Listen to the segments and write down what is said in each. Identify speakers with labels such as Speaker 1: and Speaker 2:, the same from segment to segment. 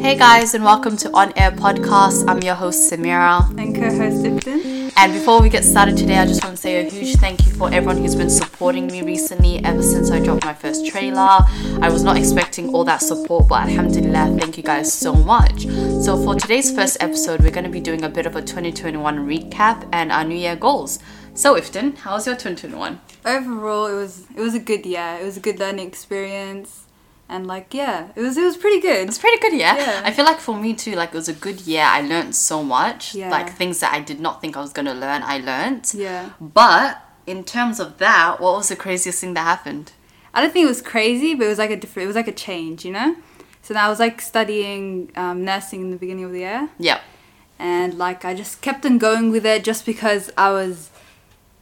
Speaker 1: Hey guys, and welcome to On Air Podcast. I'm your host Samira.
Speaker 2: and co-host Sipton.
Speaker 1: And before we get started today, I just want to say a huge thank you for everyone who's been supporting me recently ever since I dropped my first trailer. I was not expecting all that support, but alhamdulillah, thank you guys so much. So, for today's first episode, we're going to be doing a bit of a 2021 recap and our New Year goals. So, Ifton, how was your 2021?
Speaker 2: Overall, it was it was a good year. It was a good learning experience, and like yeah, it was it was pretty good.
Speaker 1: It's pretty good, yeah?
Speaker 2: Yeah.
Speaker 1: I feel like for me too, like it was a good year. I learned so much.
Speaker 2: Yeah.
Speaker 1: Like things that I did not think I was gonna learn, I learned.
Speaker 2: Yeah,
Speaker 1: But in terms of that, what was the craziest thing that happened?
Speaker 2: I don't think it was crazy, but it was like a different. It was like a change, you know. So now I was like studying um, nursing in the beginning of the year,
Speaker 1: Yeah.
Speaker 2: and like I just kept on going with it just because I was.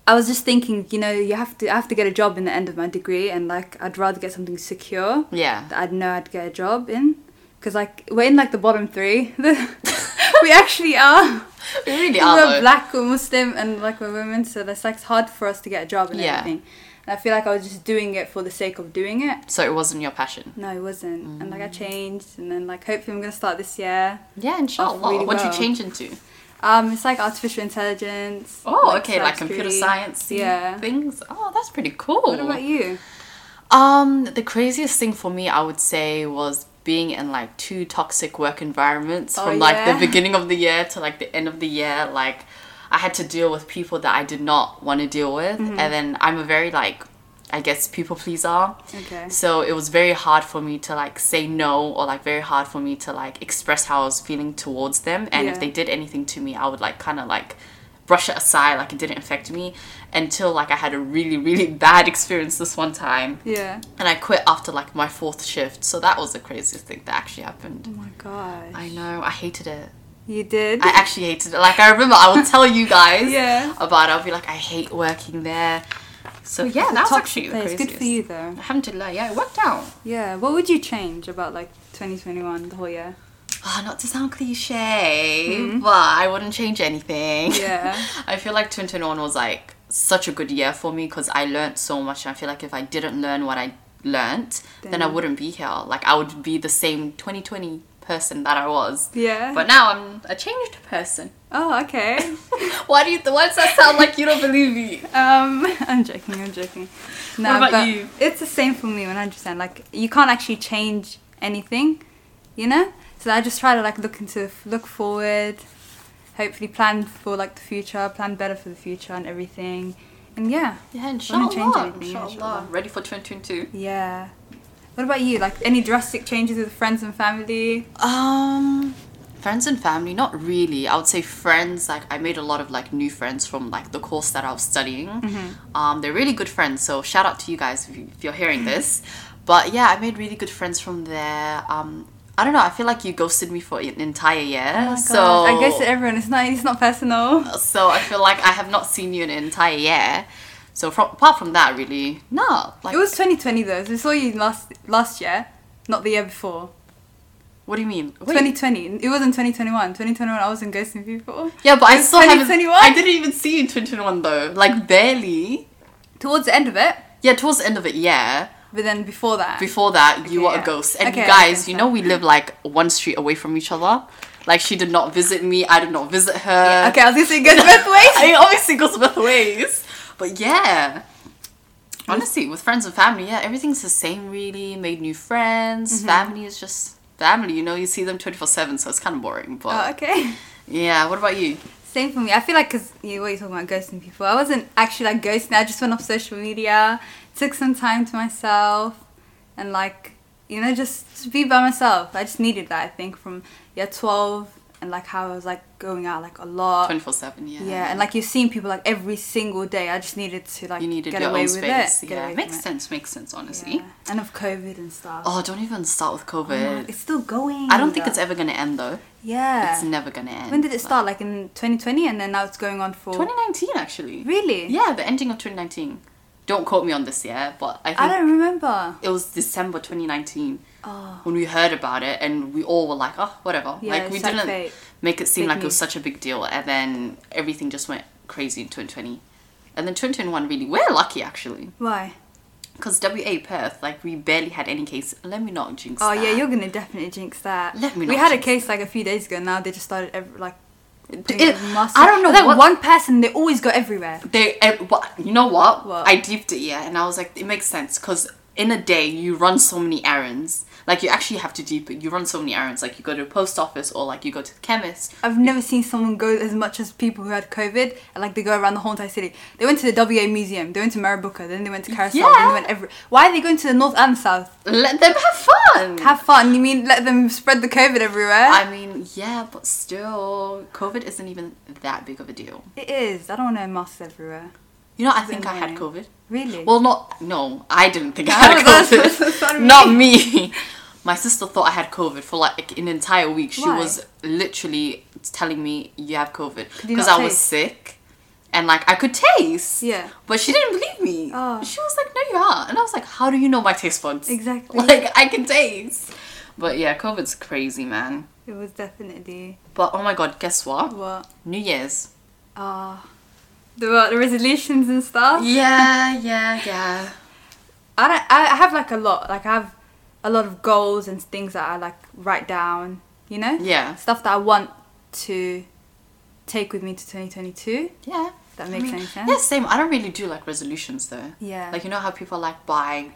Speaker 2: I was just thinking, you know, you have to I have to get a job in the end of my degree, and like I'd rather get something secure.
Speaker 1: Yeah.
Speaker 2: that I'd know I'd get a job in. Because, like, we're in, like, the bottom three. we actually are.
Speaker 1: We really
Speaker 2: Because
Speaker 1: are
Speaker 2: We're
Speaker 1: though.
Speaker 2: black, we're Muslim, and, like, we're women, so that's, like, it's hard for us to get a job and
Speaker 1: Yeah.
Speaker 2: everything. And I feel like I was just doing it for the sake of doing it.
Speaker 1: So it wasn't your passion.
Speaker 2: No, it wasn't. And, like, I
Speaker 1: Mm.
Speaker 2: changed, and then, like, hopefully I'm going to start this year.
Speaker 1: Yeah,
Speaker 2: Oh,
Speaker 1: inshallah.
Speaker 2: really
Speaker 1: What'd
Speaker 2: well.
Speaker 1: you change into?
Speaker 2: Um, it's, like, artificial intelligence.
Speaker 1: Oh, okay, like computer
Speaker 2: cybersecurity.
Speaker 1: science
Speaker 2: Yeah.
Speaker 1: things. Oh, that's pretty cool.
Speaker 2: What about you?
Speaker 1: Um, the craziest thing for me, I would say, was being in like two toxic work environments
Speaker 2: Oh,
Speaker 1: from like
Speaker 2: yeah.
Speaker 1: the beginning of the year to like the end of the year. Like, I had to deal with people that I did not want to deal with,
Speaker 2: Mm-hmm.
Speaker 1: and then I'm a very like, I guess people pleaser.
Speaker 2: Okay.
Speaker 1: So it was very hard for me to like say no, or like very hard for me to like express how I was feeling towards them. And if
Speaker 2: Yeah.
Speaker 1: they did anything to me, I would like kind of like brush it aside, like it didn't affect me. Until like I had a really really bad experience this one time
Speaker 2: Yeah.
Speaker 1: and I quit after like my fourth shift. So that was the craziest thing that actually
Speaker 2: Oh,
Speaker 1: happened.
Speaker 2: my gosh.
Speaker 1: I know, I hated it.
Speaker 2: You did?
Speaker 1: I actually hated it. Like I remember, I will tell you guys
Speaker 2: Yeah.
Speaker 1: about. it. I'll be like, I hate working there. So Oh, yeah,
Speaker 2: It's a
Speaker 1: that was
Speaker 2: toxic
Speaker 1: actually the
Speaker 2: place.
Speaker 1: craziest.
Speaker 2: Good for you, though.
Speaker 1: Alhamdulillah, yeah, it worked out.
Speaker 2: Yeah, what would you change about like 2021, the whole year?
Speaker 1: Ah, not to sound cliche, but I wouldn't change anything.
Speaker 2: Mm-hmm. Yeah.
Speaker 1: I feel like 2021 was like such a good year for me because I learned so much. And I feel like if I didn't learn what I learned, then, I
Speaker 2: Then-
Speaker 1: wouldn't be here. Like I would be the same 2020 person that I was.
Speaker 2: Yeah.
Speaker 1: But now I'm a changed person.
Speaker 2: oh, okay.
Speaker 1: Why do you? Why does that sound like you don't believe me?
Speaker 2: um, I'm joking. I'm joking. No,
Speaker 1: What about
Speaker 2: but
Speaker 1: you?
Speaker 2: it's the same for me 100%. Like you can't actually change anything, you know. So I just try to like look into look forward, hopefully plan for like the future, plan better for the future and everything, and yeah,
Speaker 1: Yeah,
Speaker 2: Wouldn't change
Speaker 1: inshallah.
Speaker 2: anything, yeah,
Speaker 1: Inshallah. Ready for 2022?
Speaker 2: yeah. What about you? Like any drastic changes with friends and family?
Speaker 1: Um, friends and family, not really. I would say friends. Like I made a lot of like new friends from like the course that I was studying.
Speaker 2: Mm-hmm.
Speaker 1: Um, they're really good friends. So shout out to you guys if, you, if you're hearing this. But yeah, I made really good friends from there. Um, I don't know. I feel like you ghosted me for an entire year. so
Speaker 2: Oh I guess everyone. It's not. It's not personal.
Speaker 1: so I feel like I have not seen you in an entire year. So from apart from that, really, no. Like,
Speaker 2: It was 2020 though, so we saw you last last year, not the year before.
Speaker 1: what do you mean? Wait.
Speaker 2: 2020. It wasn't 2021. 2021, I wasn't ghosting people.
Speaker 1: yeah, but I
Speaker 2: was
Speaker 1: still haven't.
Speaker 2: 2021?
Speaker 1: I didn't even see you in 2021 though. Like barely.
Speaker 2: Towards the end of it,
Speaker 1: Yeah, towards the end of it, yeah.
Speaker 2: but then before that.
Speaker 1: Before that, you
Speaker 2: Okay,
Speaker 1: were a
Speaker 2: yeah.
Speaker 1: ghost. And
Speaker 2: Okay,
Speaker 1: you
Speaker 2: I
Speaker 1: guys,
Speaker 2: guess
Speaker 1: you
Speaker 2: so.
Speaker 1: know, we live like one street away from each other. Like, she did not visit me, I did not visit her.
Speaker 2: Yeah, okay, I was gonna say it goes both ways.
Speaker 1: It obviously goes both ways. But yeah. Honestly, with friends and family, yeah, everything's the same really. Made new friends.
Speaker 2: Mm-hmm.
Speaker 1: Family is just family, you know, you see them 24 7, so it's kind of boring. But
Speaker 2: Oh, okay.
Speaker 1: yeah, what about you?
Speaker 2: Same for me. I feel like because yeah, what you talking about ghosting people. I wasn't actually like ghosting. I just went off social media, took some time to myself, and like you know just, just be by myself. I just needed that. I think from year 12 and like how I was like going out like a lot.
Speaker 1: 24 7, yeah.
Speaker 2: Yeah, and like you've seen people like every single day. I just needed to like
Speaker 1: you needed
Speaker 2: get
Speaker 1: your
Speaker 2: away
Speaker 1: own
Speaker 2: with
Speaker 1: space.
Speaker 2: it. Get
Speaker 1: Yeah,
Speaker 2: away
Speaker 1: makes
Speaker 2: from
Speaker 1: sense, makes sense,
Speaker 2: it.
Speaker 1: honestly.
Speaker 2: Yeah. Oh And of COVID and stuff.
Speaker 1: Oh, don't even start with COVID.
Speaker 2: it's still going.
Speaker 1: I don't think it's ever gonna end though.
Speaker 2: Yeah.
Speaker 1: It's never gonna end.
Speaker 2: when did it
Speaker 1: Like,
Speaker 2: start? Like in 2020, and then now it's going on for
Speaker 1: 2019 actually.
Speaker 2: really.
Speaker 1: Yeah, the ending of 2019. Don't quote me on this yeah, but I think
Speaker 2: I don't remember.
Speaker 1: it was December 2019
Speaker 2: Oh.
Speaker 1: when we heard about it, and we all were like, "Oh, whatever."
Speaker 2: Yeah,
Speaker 1: like we
Speaker 2: it's like
Speaker 1: didn't
Speaker 2: fake-
Speaker 1: make it seem
Speaker 2: fake
Speaker 1: like it was
Speaker 2: news.
Speaker 1: such a big deal, and then everything just went crazy in 2020, and then 2021 really. We're lucky actually.
Speaker 2: Why?
Speaker 1: Because WA Perth, like, we barely had any cases. Let me not jinx
Speaker 2: Oh yeah,
Speaker 1: that.
Speaker 2: you're gonna definitely jinx that.
Speaker 1: Let me
Speaker 2: we
Speaker 1: not
Speaker 2: had a
Speaker 1: jinx
Speaker 2: case like a few days ago. Now they just started every, like. putting
Speaker 1: it-
Speaker 2: mask-
Speaker 1: I don't know
Speaker 2: That
Speaker 1: what-
Speaker 2: one person they always go everywhere.
Speaker 1: They, eh, wha- you know what?
Speaker 2: What?
Speaker 1: I deeped it, yeah, and I was like, it makes sense because in a day you run so many errands. Like you actually have to deep it. You run so many errands. Like you go to a post office or like you go to the chemist.
Speaker 2: I've never seen someone go as much as people who had COVID and like they go around the whole entire city. They went to the WA Museum, they went to Maribuka, then they went to Carousel, then
Speaker 1: Yeah.
Speaker 2: they went every. Why are they going to the north and south?
Speaker 1: Let them have fun.
Speaker 2: Have fun. You mean let them spread the COVID everywhere?
Speaker 1: I mean, yeah, but still, COVID isn't even that big of a deal.
Speaker 2: it is. I don't want to wear masks everywhere.
Speaker 1: You know, I think I had
Speaker 2: annoying?
Speaker 1: COVID.
Speaker 2: Really?
Speaker 1: Well, not no, I didn't think I
Speaker 2: Oh, that's-
Speaker 1: had
Speaker 2: that's what I
Speaker 1: COVID.
Speaker 2: mean.
Speaker 1: not me. My sister thought I had COVID for like an entire week. She
Speaker 2: Why?
Speaker 1: was literally telling me you have COVID
Speaker 2: you
Speaker 1: because
Speaker 2: not
Speaker 1: I was
Speaker 2: taste?
Speaker 1: sick and like I could taste.
Speaker 2: Yeah.
Speaker 1: But she didn't believe me.
Speaker 2: Oh.
Speaker 1: She was like, "No, you are," and I was like, "How do you know my taste buds?"
Speaker 2: Exactly.
Speaker 1: Like I can taste. But yeah, COVID's crazy, man.
Speaker 2: it was definitely
Speaker 1: But oh my god, guess what?
Speaker 2: what?
Speaker 1: New Year's.
Speaker 2: Ah. the, what, the resolutions and stuff?
Speaker 1: Yeah, yeah, yeah.
Speaker 2: I don't, I have like a lot. Like I have a lot of goals and things that I like write down. You know.
Speaker 1: Yeah.
Speaker 2: Stuff that I want to take with me to 2022.
Speaker 1: Yeah.
Speaker 2: That
Speaker 1: I
Speaker 2: makes
Speaker 1: mean,
Speaker 2: any sense.
Speaker 1: Yeah, same. I don't really do like resolutions though.
Speaker 2: Yeah.
Speaker 1: Like you know how people are like by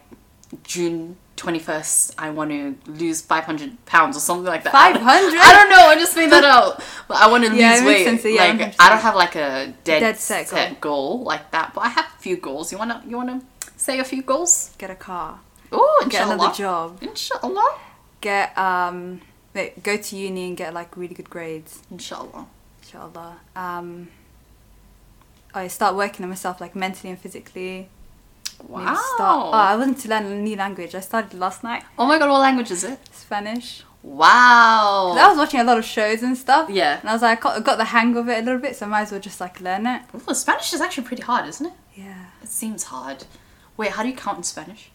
Speaker 1: June twenty first, I want to lose five hundred pounds or something like that.
Speaker 2: 500?
Speaker 1: I don't know. I just made that out. But I want to
Speaker 2: Yeah, it
Speaker 1: lose
Speaker 2: makes
Speaker 1: weight.
Speaker 2: sense, yeah,
Speaker 1: like
Speaker 2: 100%.
Speaker 1: I don't have like a dead,
Speaker 2: Dead set
Speaker 1: set,
Speaker 2: goal.
Speaker 1: goal like that. But I have a few goals. You wanna you wanna say a few goals?
Speaker 2: Get a car.
Speaker 1: Oh,
Speaker 2: Get
Speaker 1: inshallah.
Speaker 2: another job.
Speaker 1: Inshallah.
Speaker 2: Get um. wait, Go to uni and get like really good grades.
Speaker 1: Inshallah.
Speaker 2: Inshallah. Um. I start working on myself like mentally and physically.
Speaker 1: Wow.
Speaker 2: Maybe Start, oh, I wanted to learn a new language. I started last night.
Speaker 1: oh my god, what language is it?
Speaker 2: Spanish.
Speaker 1: Wow.
Speaker 2: 'Cause I was watching a lot of shows and stuff.
Speaker 1: Oh. Yeah.
Speaker 2: And I was like, I got, got the hang of it a little bit, so I might as well just like learn it.
Speaker 1: Ooh, Spanish is actually pretty hard, isn't it?
Speaker 2: Yeah.
Speaker 1: It seems hard. Wait, how do you count in Spanish?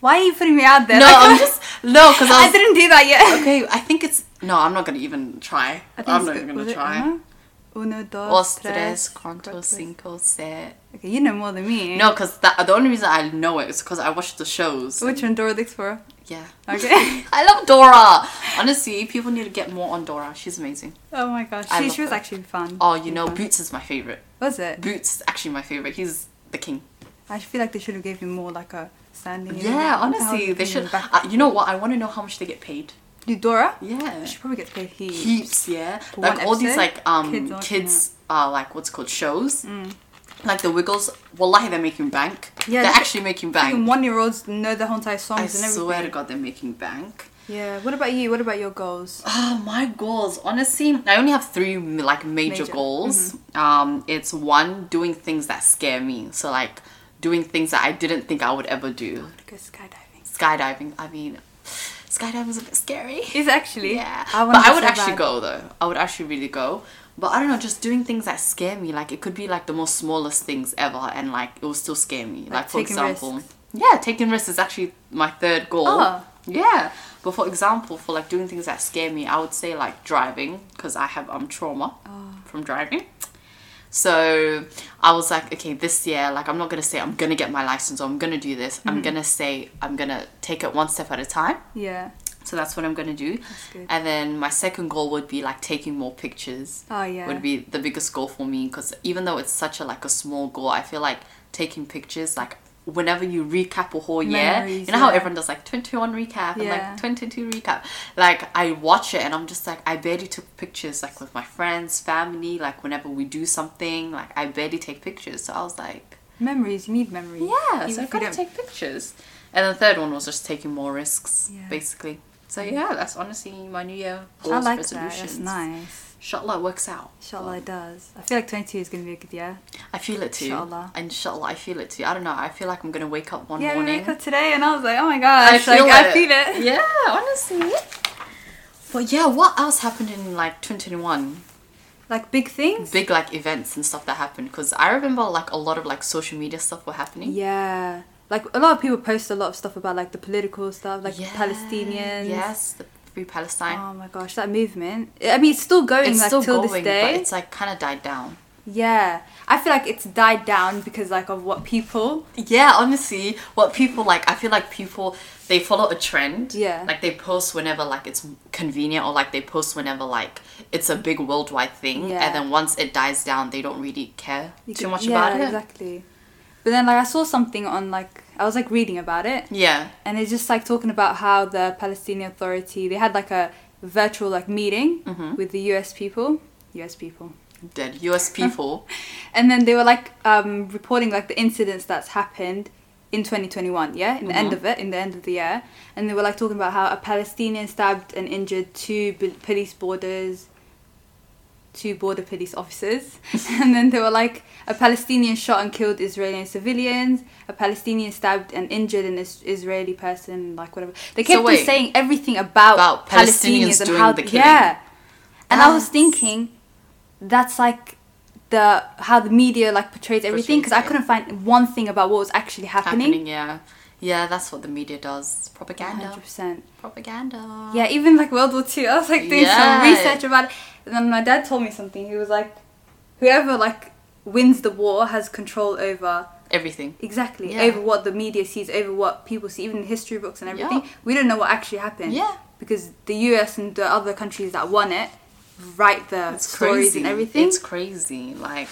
Speaker 2: Why are you putting me out there?
Speaker 1: No,
Speaker 2: Like,
Speaker 1: I'm just no, because I
Speaker 2: I
Speaker 1: was
Speaker 2: didn't do that yet.
Speaker 1: okay. I think it's no. I'm not gonna even try.
Speaker 2: I think
Speaker 1: I'm
Speaker 2: it's
Speaker 1: not
Speaker 2: good.
Speaker 1: even gonna
Speaker 2: Was it
Speaker 1: try.
Speaker 2: Uno? Uno, dos,
Speaker 1: Dos,
Speaker 2: tres,
Speaker 1: tres, cuatro,
Speaker 2: cuatro.
Speaker 1: cinco, set.
Speaker 2: Okay, you know more than me.
Speaker 1: No, because the only reason I know it is because I watched the shows.
Speaker 2: Which one, Dora the Explorer?
Speaker 1: Yeah.
Speaker 2: Okay.
Speaker 1: I love Dora. Honestly, people need to get more on Dora. She's amazing.
Speaker 2: oh my gosh,
Speaker 1: I
Speaker 2: she,
Speaker 1: love
Speaker 2: she was
Speaker 1: her.
Speaker 2: actually fun.
Speaker 1: Oh, you know,
Speaker 2: Fun.
Speaker 1: Boots is my favorite.
Speaker 2: was it?
Speaker 1: Boots is actually my favorite. He's the king.
Speaker 2: I feel like they should have gave him more like a standing.
Speaker 1: Yeah, honestly, they should. Uh, you know what? I want to know how much they get paid.
Speaker 2: Do Dora?
Speaker 1: Yeah.
Speaker 2: She probably gets paid heaps.
Speaker 1: heaps, yeah.
Speaker 2: For
Speaker 1: Like
Speaker 2: one
Speaker 1: all these
Speaker 2: episode?
Speaker 1: like um
Speaker 2: Kids watching Mm.
Speaker 1: kids, uh like what's it called shows. Like the Wiggles, wallahi they're making bank.
Speaker 2: Yeah,
Speaker 1: they're
Speaker 2: they-
Speaker 1: actually making
Speaker 2: Even
Speaker 1: bank.
Speaker 2: one year olds know the whole entire songs
Speaker 1: I
Speaker 2: and everything.
Speaker 1: swear to God, they're making bank.
Speaker 2: Yeah. What about you? What about your goals?
Speaker 1: Ah, my goals. Honestly, I only have three m- like major,
Speaker 2: Major. Mm-hmm.
Speaker 1: goals. Um, it's one doing things that scare me. So like doing things that I didn't think I would ever do.
Speaker 2: Go skydiving.
Speaker 1: Skydiving. I mean, skydiving's a bit scary.
Speaker 2: Is actually.
Speaker 1: Yeah.
Speaker 2: wanna
Speaker 1: but I
Speaker 2: go
Speaker 1: would
Speaker 2: so
Speaker 1: actually
Speaker 2: bad.
Speaker 1: go though. I would actually really go. But I don't know, just doing things that scare me. Like it could be like the most smallest things ever, and like it will still scare me. Like, for
Speaker 2: taking
Speaker 1: example,
Speaker 2: risks.
Speaker 1: yeah, taking risks is actually my third goal.
Speaker 2: Oh.
Speaker 1: Yeah. But for example, for like doing things that scare me, I would say like driving because I have um trauma
Speaker 2: Oh.
Speaker 1: from driving. So I was like, okay, this year, like I'm not gonna say I'm gonna get my license or I'm gonna do this.
Speaker 2: Mm-hmm.
Speaker 1: I'm gonna say I'm gonna take it one step at a time.
Speaker 2: Yeah.
Speaker 1: So that's what I'm gonna do.
Speaker 2: good.
Speaker 1: And then my second goal would be like taking more pictures.
Speaker 2: Oh, yeah.
Speaker 1: Would be the biggest goal for me because even though it's such a like a small goal, I feel like taking pictures like whenever you recap a whole year,
Speaker 2: Memories,
Speaker 1: you know how
Speaker 2: yeah.
Speaker 1: everyone does like 21 recap and
Speaker 2: Yeah.
Speaker 1: like 22 recap. Like I watch it and I'm just like I barely took pictures like with my friends, family, like whenever we do something, like I barely take pictures. So I was like,
Speaker 2: Memories. You need memories.
Speaker 1: yeah,
Speaker 2: Even
Speaker 1: so I
Speaker 2: if you
Speaker 1: gotta
Speaker 2: don't-
Speaker 1: take pictures. And the third one was just taking more risks,
Speaker 2: Yeah.
Speaker 1: basically. So yeah, that's honestly my New Year goals,
Speaker 2: I like that.
Speaker 1: resolutions.
Speaker 2: That's nice.
Speaker 1: Inshallah, it works out.
Speaker 2: Inshallah it does. I feel like 22 is going to be a good year.
Speaker 1: I feel it too.
Speaker 2: Inshallah.
Speaker 1: Inshallah, I feel it too. I don't know. I feel like I'm gonna wake up one
Speaker 2: yeah,
Speaker 1: morning.
Speaker 2: we wake up today and I was like, oh my gosh, like, I feel it.
Speaker 1: Yeah, honestly. But yeah, what else happened in like 2021?
Speaker 2: Like big things?
Speaker 1: Big like events and stuff that happened because I remember like a lot of like social media stuff were happening.
Speaker 2: Yeah. Like a lot of people post a lot of stuff about like the political stuff, like
Speaker 1: Yeah.
Speaker 2: the Palestinians.
Speaker 1: Yes, the free Palestine.
Speaker 2: Oh my gosh, that movement. I mean, it's still going
Speaker 1: it's
Speaker 2: like
Speaker 1: still
Speaker 2: till
Speaker 1: going,
Speaker 2: this day.
Speaker 1: but it's like kind of died down.
Speaker 2: Yeah, I feel like it's died down because like of what people.
Speaker 1: Yeah, honestly, what people like, I feel like people they follow a trend.
Speaker 2: Yeah.
Speaker 1: Like they post whenever like it's convenient, or like they post whenever like it's a big worldwide thing,
Speaker 2: Yeah.
Speaker 1: and then once it dies down, they don't really care
Speaker 2: you
Speaker 1: too
Speaker 2: can-
Speaker 1: much
Speaker 2: yeah,
Speaker 1: about it.
Speaker 2: Exactly. But then like I saw something on like I was like reading about it,
Speaker 1: Yeah.
Speaker 2: and it's just like talking about how the Palestinian Authority they had like a virtual like meeting
Speaker 1: Mm-hmm.
Speaker 2: with the U.S. people, U.S. people,
Speaker 1: Dead U.S. people.
Speaker 2: and then they were like um, reporting like the incidents that's happened in 2021 yeah in the
Speaker 1: Mm-hmm.
Speaker 2: end of it in the end of the year and they were like talking about how a palestinian stabbed and injured two b- police borders two border police officers and then they were like a palestinian shot and killed israeli civilians a palestinian stabbed and injured an is- israeli person like whatever they
Speaker 1: So
Speaker 2: kept on
Speaker 1: wait.
Speaker 2: saying everything about,
Speaker 1: About
Speaker 2: palestinians,
Speaker 1: Palestinians
Speaker 2: and
Speaker 1: doing
Speaker 2: how
Speaker 1: the killing.
Speaker 2: yeah and i
Speaker 1: That's-
Speaker 2: was thinking that's like the how the media like portrays everything because I
Speaker 1: Portrays it.
Speaker 2: couldn't find one thing about what was actually happening.
Speaker 1: happening. Yeah. Yeah, that's what the media does. Propaganda.
Speaker 2: Hundred percent.
Speaker 1: Propaganda.
Speaker 2: Yeah, even like World War Two, I was like doing
Speaker 1: Yeah.
Speaker 2: some research about it, and then my dad told me something. He was like, "Whoever like wins the war has control over
Speaker 1: Everything.
Speaker 2: exactly
Speaker 1: Yeah.
Speaker 2: over what the media sees, over what people see, even in history books and everything.
Speaker 1: Yeah.
Speaker 2: We don't know what actually happened.
Speaker 1: Yeah.
Speaker 2: because the U.S. and the other countries that won it write the
Speaker 1: It's
Speaker 2: stories
Speaker 1: crazy.
Speaker 2: and everything.
Speaker 1: It's crazy. Like,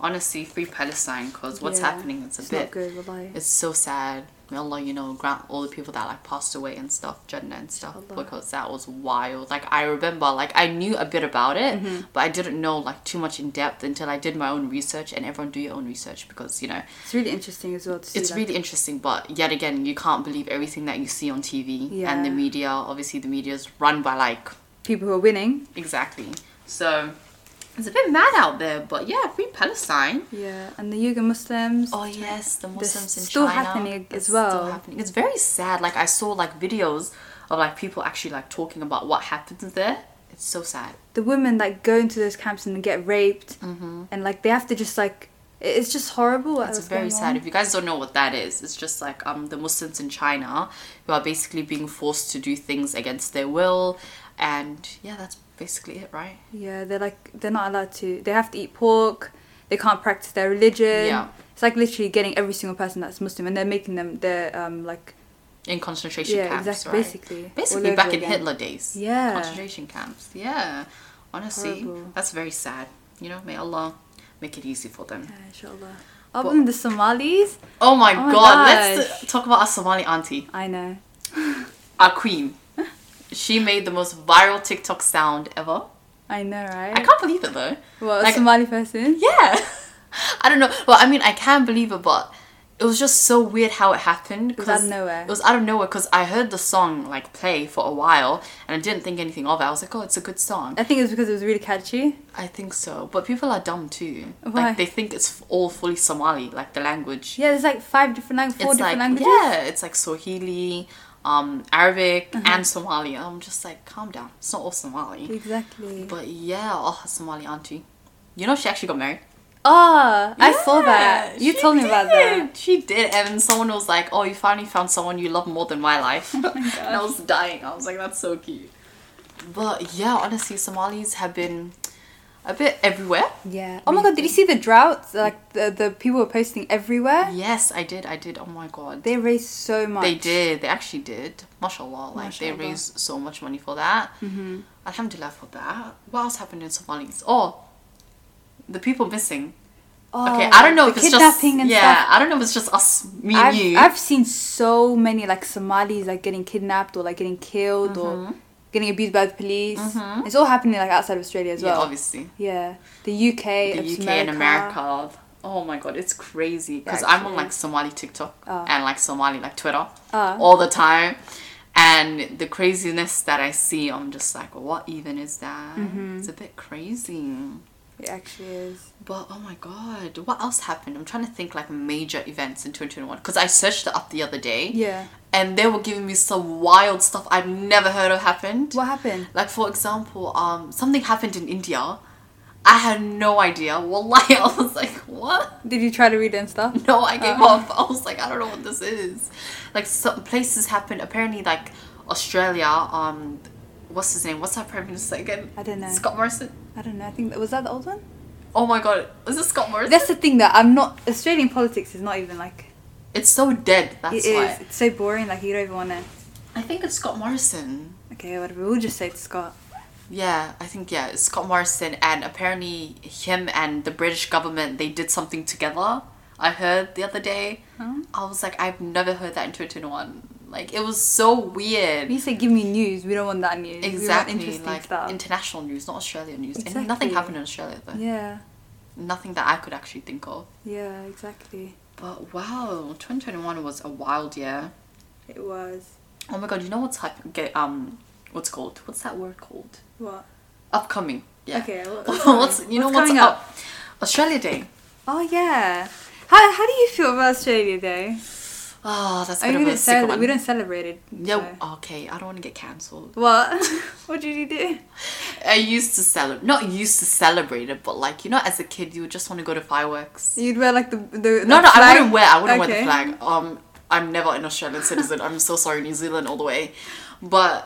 Speaker 1: honestly, free Palestine because what's
Speaker 2: Yeah.
Speaker 1: happening is a
Speaker 2: It's
Speaker 1: bit.
Speaker 2: not good, wallahi.
Speaker 1: It's so sad. May Allah, you know, grant all the people that like passed away and stuff, Jannah and stuff,
Speaker 2: Allah.
Speaker 1: because that was wild. Like I remember, like I knew a bit about it,
Speaker 2: Mm-hmm.
Speaker 1: but I didn't know like too much in depth until I did my own research. And everyone do your own research because you know
Speaker 2: It's really interesting as well to see.
Speaker 1: it's
Speaker 2: that.
Speaker 1: really interesting. But yet again, you can't believe everything that you see on TV and the
Speaker 2: Yeah.
Speaker 1: media. Obviously, the media's run by like
Speaker 2: people who are winning.
Speaker 1: exactly. So it's a bit mad out there, but yeah, free Palestine.
Speaker 2: Yeah, and the Uyghur Muslims.
Speaker 1: Oh yes, the Muslims in
Speaker 2: still
Speaker 1: China.
Speaker 2: happening
Speaker 1: It's
Speaker 2: as well.
Speaker 1: Still happening. It's very sad. Like I saw like videos of like people actually like talking about what happens there. It's so sad.
Speaker 2: The women like go into those camps and get raped, and like they have to just like i- it's just horrible. What
Speaker 1: Mm-hmm. It's
Speaker 2: was
Speaker 1: very
Speaker 2: going
Speaker 1: sad.
Speaker 2: on.
Speaker 1: If you guys don't know what that is, it's just like um the Muslims in China who are basically being forced to do things against their will, and yeah, that's basically it, right?
Speaker 2: Yeah, they're like they're not allowed to. They have to eat pork. They can't practice their religion.
Speaker 1: Yeah.
Speaker 2: It's like literally getting every single person that's Muslim, and they're making them they're um like
Speaker 1: In concentration
Speaker 2: Yeah,
Speaker 1: camps,
Speaker 2: exactly,
Speaker 1: right?
Speaker 2: basically.
Speaker 1: Basically,
Speaker 2: All
Speaker 1: back
Speaker 2: over
Speaker 1: in
Speaker 2: again.
Speaker 1: Hitler days.
Speaker 2: Yeah.
Speaker 1: Concentration camps. Yeah. Honestly,
Speaker 2: Horrible.
Speaker 1: that's very sad. You know, may Allah make it easy for them.
Speaker 2: yeah, inshallah. Other than the Somalis,
Speaker 1: Oh my,
Speaker 2: Oh my
Speaker 1: god,
Speaker 2: gosh.
Speaker 1: let's talk about our Somali auntie,
Speaker 2: I know.
Speaker 1: our queen. She made the most viral TikTok sound ever.
Speaker 2: I know, right?
Speaker 1: I can't believe it though.
Speaker 2: What, a
Speaker 1: Like-
Speaker 2: Somali person?
Speaker 1: Yeah. I don't know. Well, I mean, I can believe it, but it was just so weird how it happened.
Speaker 2: was out of
Speaker 1: 'cause-
Speaker 2: nowhere.
Speaker 1: It was out of nowhere because I heard the song like play for a while and I didn't think anything of it. I was like, oh, it's a good song.
Speaker 2: I think it was because it was really catchy.
Speaker 1: I think so. But people are dumb too.
Speaker 2: Why?
Speaker 1: Like, they think it's f- all fully Somali, like the language.
Speaker 2: Yeah, there's like five different languages, four
Speaker 1: it's
Speaker 2: different
Speaker 1: like
Speaker 2: languages.
Speaker 1: yeah, it's like Swahili, um, Arabic,
Speaker 2: Uh-huh.
Speaker 1: and Somali. I'm just like, calm down. It's not all Somali.
Speaker 2: Exactly.
Speaker 1: But yeah, oh, a Somali auntie. You know she actually got married.
Speaker 2: Oh, I saw that.
Speaker 1: Yeah,
Speaker 2: You
Speaker 1: she
Speaker 2: told me about that.
Speaker 1: did. She did, and then someone was like, "Oh, you finally found someone you love more than my
Speaker 2: Oh
Speaker 1: life." and I was dying. I was like, "That's so cute." But yeah, honestly, Somalis have been a bit everywhere.
Speaker 2: Yeah. Oh my god, did you see the droughts? Like the, the people were posting everywhere.
Speaker 1: Yes, I did. I did. Oh my god.
Speaker 2: They raised so much.
Speaker 1: They did. They actually did. Mashallah. Like
Speaker 2: Mashallah.
Speaker 1: they raised so much money for that. Mm-hmm. Alhamdulillah for that. What else happened in Somalis? Oh, the people missing.
Speaker 2: Oh,
Speaker 1: okay, I don't know
Speaker 2: the
Speaker 1: if it's just
Speaker 2: kidnapping and
Speaker 1: yeah.
Speaker 2: stuff.
Speaker 1: I don't know if it's just us, me and
Speaker 2: I've,
Speaker 1: you.
Speaker 2: I've seen so many like Somalis like getting kidnapped or like getting killed
Speaker 1: Mm-hmm.
Speaker 2: or getting abused by the police. It's all happening like outside of Australia as
Speaker 1: yeah,
Speaker 2: well.
Speaker 1: obviously
Speaker 2: Yeah, the UK,
Speaker 1: the
Speaker 2: of
Speaker 1: UK and America. Oh my god, it's crazy because I'm on
Speaker 2: Actually.
Speaker 1: like Somali TikTok
Speaker 2: Oh.
Speaker 1: and like Somali like Twitter
Speaker 2: Oh.
Speaker 1: all the time, and the craziness that I see, I'm just like, what even is that?
Speaker 2: Mm-hmm.
Speaker 1: It's a bit crazy.
Speaker 2: It actually is.
Speaker 1: But oh my god, what else happened? I'm trying to think like major events in 2021 because I searched it up the other day.
Speaker 2: Yeah.
Speaker 1: And they were giving me some wild stuff I've never heard of happened.
Speaker 2: What happened?
Speaker 1: Like for example, um, something happened in India. I had no idea. Wallahi, I was like, what?
Speaker 2: Did you try to read it and stuff?
Speaker 1: No, I gave
Speaker 2: Uh.
Speaker 1: up. I was like, I don't know what this is. Like some places happened. Apparently, like Australia. Um, what's his name? What's our prime minister again?
Speaker 2: I don't know.
Speaker 1: Scott Morrison.
Speaker 2: I don't know. I think was that the old one.
Speaker 1: Oh my god, is this Scott Morrison?
Speaker 2: That's the thing that I'm not. Australian politics is not even like.
Speaker 1: it's so dead.
Speaker 2: it
Speaker 1: That's
Speaker 2: is.
Speaker 1: why.
Speaker 2: It's so boring. Like you don't even want to.
Speaker 1: I think it's Scott Morrison.
Speaker 2: Okay, whatever. We'll just say it's Scott.
Speaker 1: Yeah, I think yeah, it's Scott Morrison and apparently him and the British government they did something together. I heard the other day.
Speaker 2: Huh?
Speaker 1: I was like, I've never heard that in 2021. Like it was so weird.
Speaker 2: When you say give me news, we don't want that news.
Speaker 1: exactly
Speaker 2: We want interesting
Speaker 1: like
Speaker 2: stuff.
Speaker 1: international news not australian news and nothing
Speaker 2: Exactly.
Speaker 1: happened in australia though
Speaker 2: yeah.
Speaker 1: nothing that i could actually think of
Speaker 2: Yeah. Exactly.
Speaker 1: but wow 2021 was a wild year
Speaker 2: It was
Speaker 1: oh my god you know what's hap- get, um what's called what's that word called
Speaker 2: what?
Speaker 1: upcoming yeah
Speaker 2: Okay. what-
Speaker 1: what's you know what's,
Speaker 2: coming
Speaker 1: up? australia day
Speaker 2: Oh yeah. How, how do you feel about Australia Day?
Speaker 1: oh that's a
Speaker 2: I
Speaker 1: bit
Speaker 2: mean, we
Speaker 1: of a
Speaker 2: don't,
Speaker 1: sick
Speaker 2: cele-
Speaker 1: one
Speaker 2: we don't celebrate it.
Speaker 1: yeah,
Speaker 2: so-
Speaker 1: okay, I don't want to get cancelled.
Speaker 2: What? what did you do?
Speaker 1: I used to celebrate, not used to celebrate it, but like, you know, as a kid, you would just want to go to fireworks.
Speaker 2: You'd wear like the the
Speaker 1: No,
Speaker 2: the
Speaker 1: no, I
Speaker 2: flag?
Speaker 1: wouldn't wear. I wouldn't wear
Speaker 2: Okay.
Speaker 1: the flag. Um, I'm never an Australian citizen. I'm so sorry, New Zealand all the way. But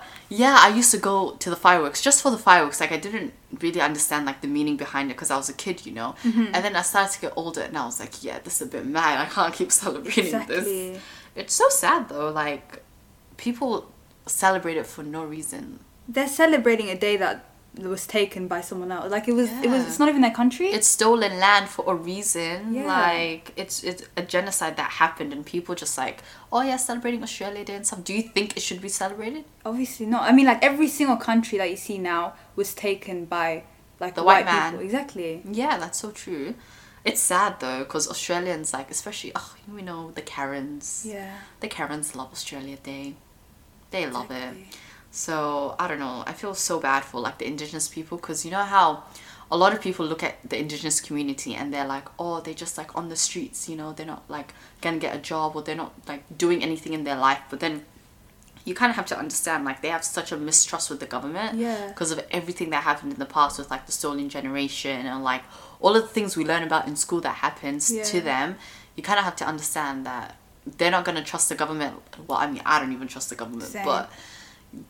Speaker 1: yeah, I used to go to the fireworks just for the fireworks. Like I didn't really understand like the meaning behind it because I was a kid, you know.
Speaker 2: Mm-hmm.
Speaker 1: And then I started to get older, and I was like, yeah, this is a bit mad. I can't keep celebrating this.
Speaker 2: Exactly.
Speaker 1: It's so sad though. Like people celebrate it for no reason.
Speaker 2: They're celebrating a day that was taken by someone else. Like it was it was
Speaker 1: Yeah.
Speaker 2: it's not even their country.
Speaker 1: It's stolen land for a reason.
Speaker 2: Yeah.
Speaker 1: Like it's it's a genocide that happened, and people just like, oh yeah, celebrating Australia Day and stuff. Do you think it should be celebrated?
Speaker 2: Obviously not. I mean like every single country that you see now was taken by like
Speaker 1: The white man.
Speaker 2: people. Exactly.
Speaker 1: Yeah, that's so true. It's sad though, because Australians like, especially oh, we know the Karens.
Speaker 2: Yeah.
Speaker 1: The Karens love Australia Day. They love it.
Speaker 2: Exactly.
Speaker 1: So I don't know. I feel so bad for like the indigenous people because you know how a lot of people look at the indigenous community and they're like, oh, they're just like on the streets. You know, they're not like gonna get a job or they're not like doing anything in their life. But then you kind of have to understand like they have such a mistrust with the government
Speaker 2: Yeah.
Speaker 1: because of everything that happened in the past with like the stolen generation and like all of the things we learn about in school that happens to
Speaker 2: Yeah.
Speaker 1: them you kind of have to understand that they're not going to trust the government well i mean i don't even trust the government
Speaker 2: Same.
Speaker 1: but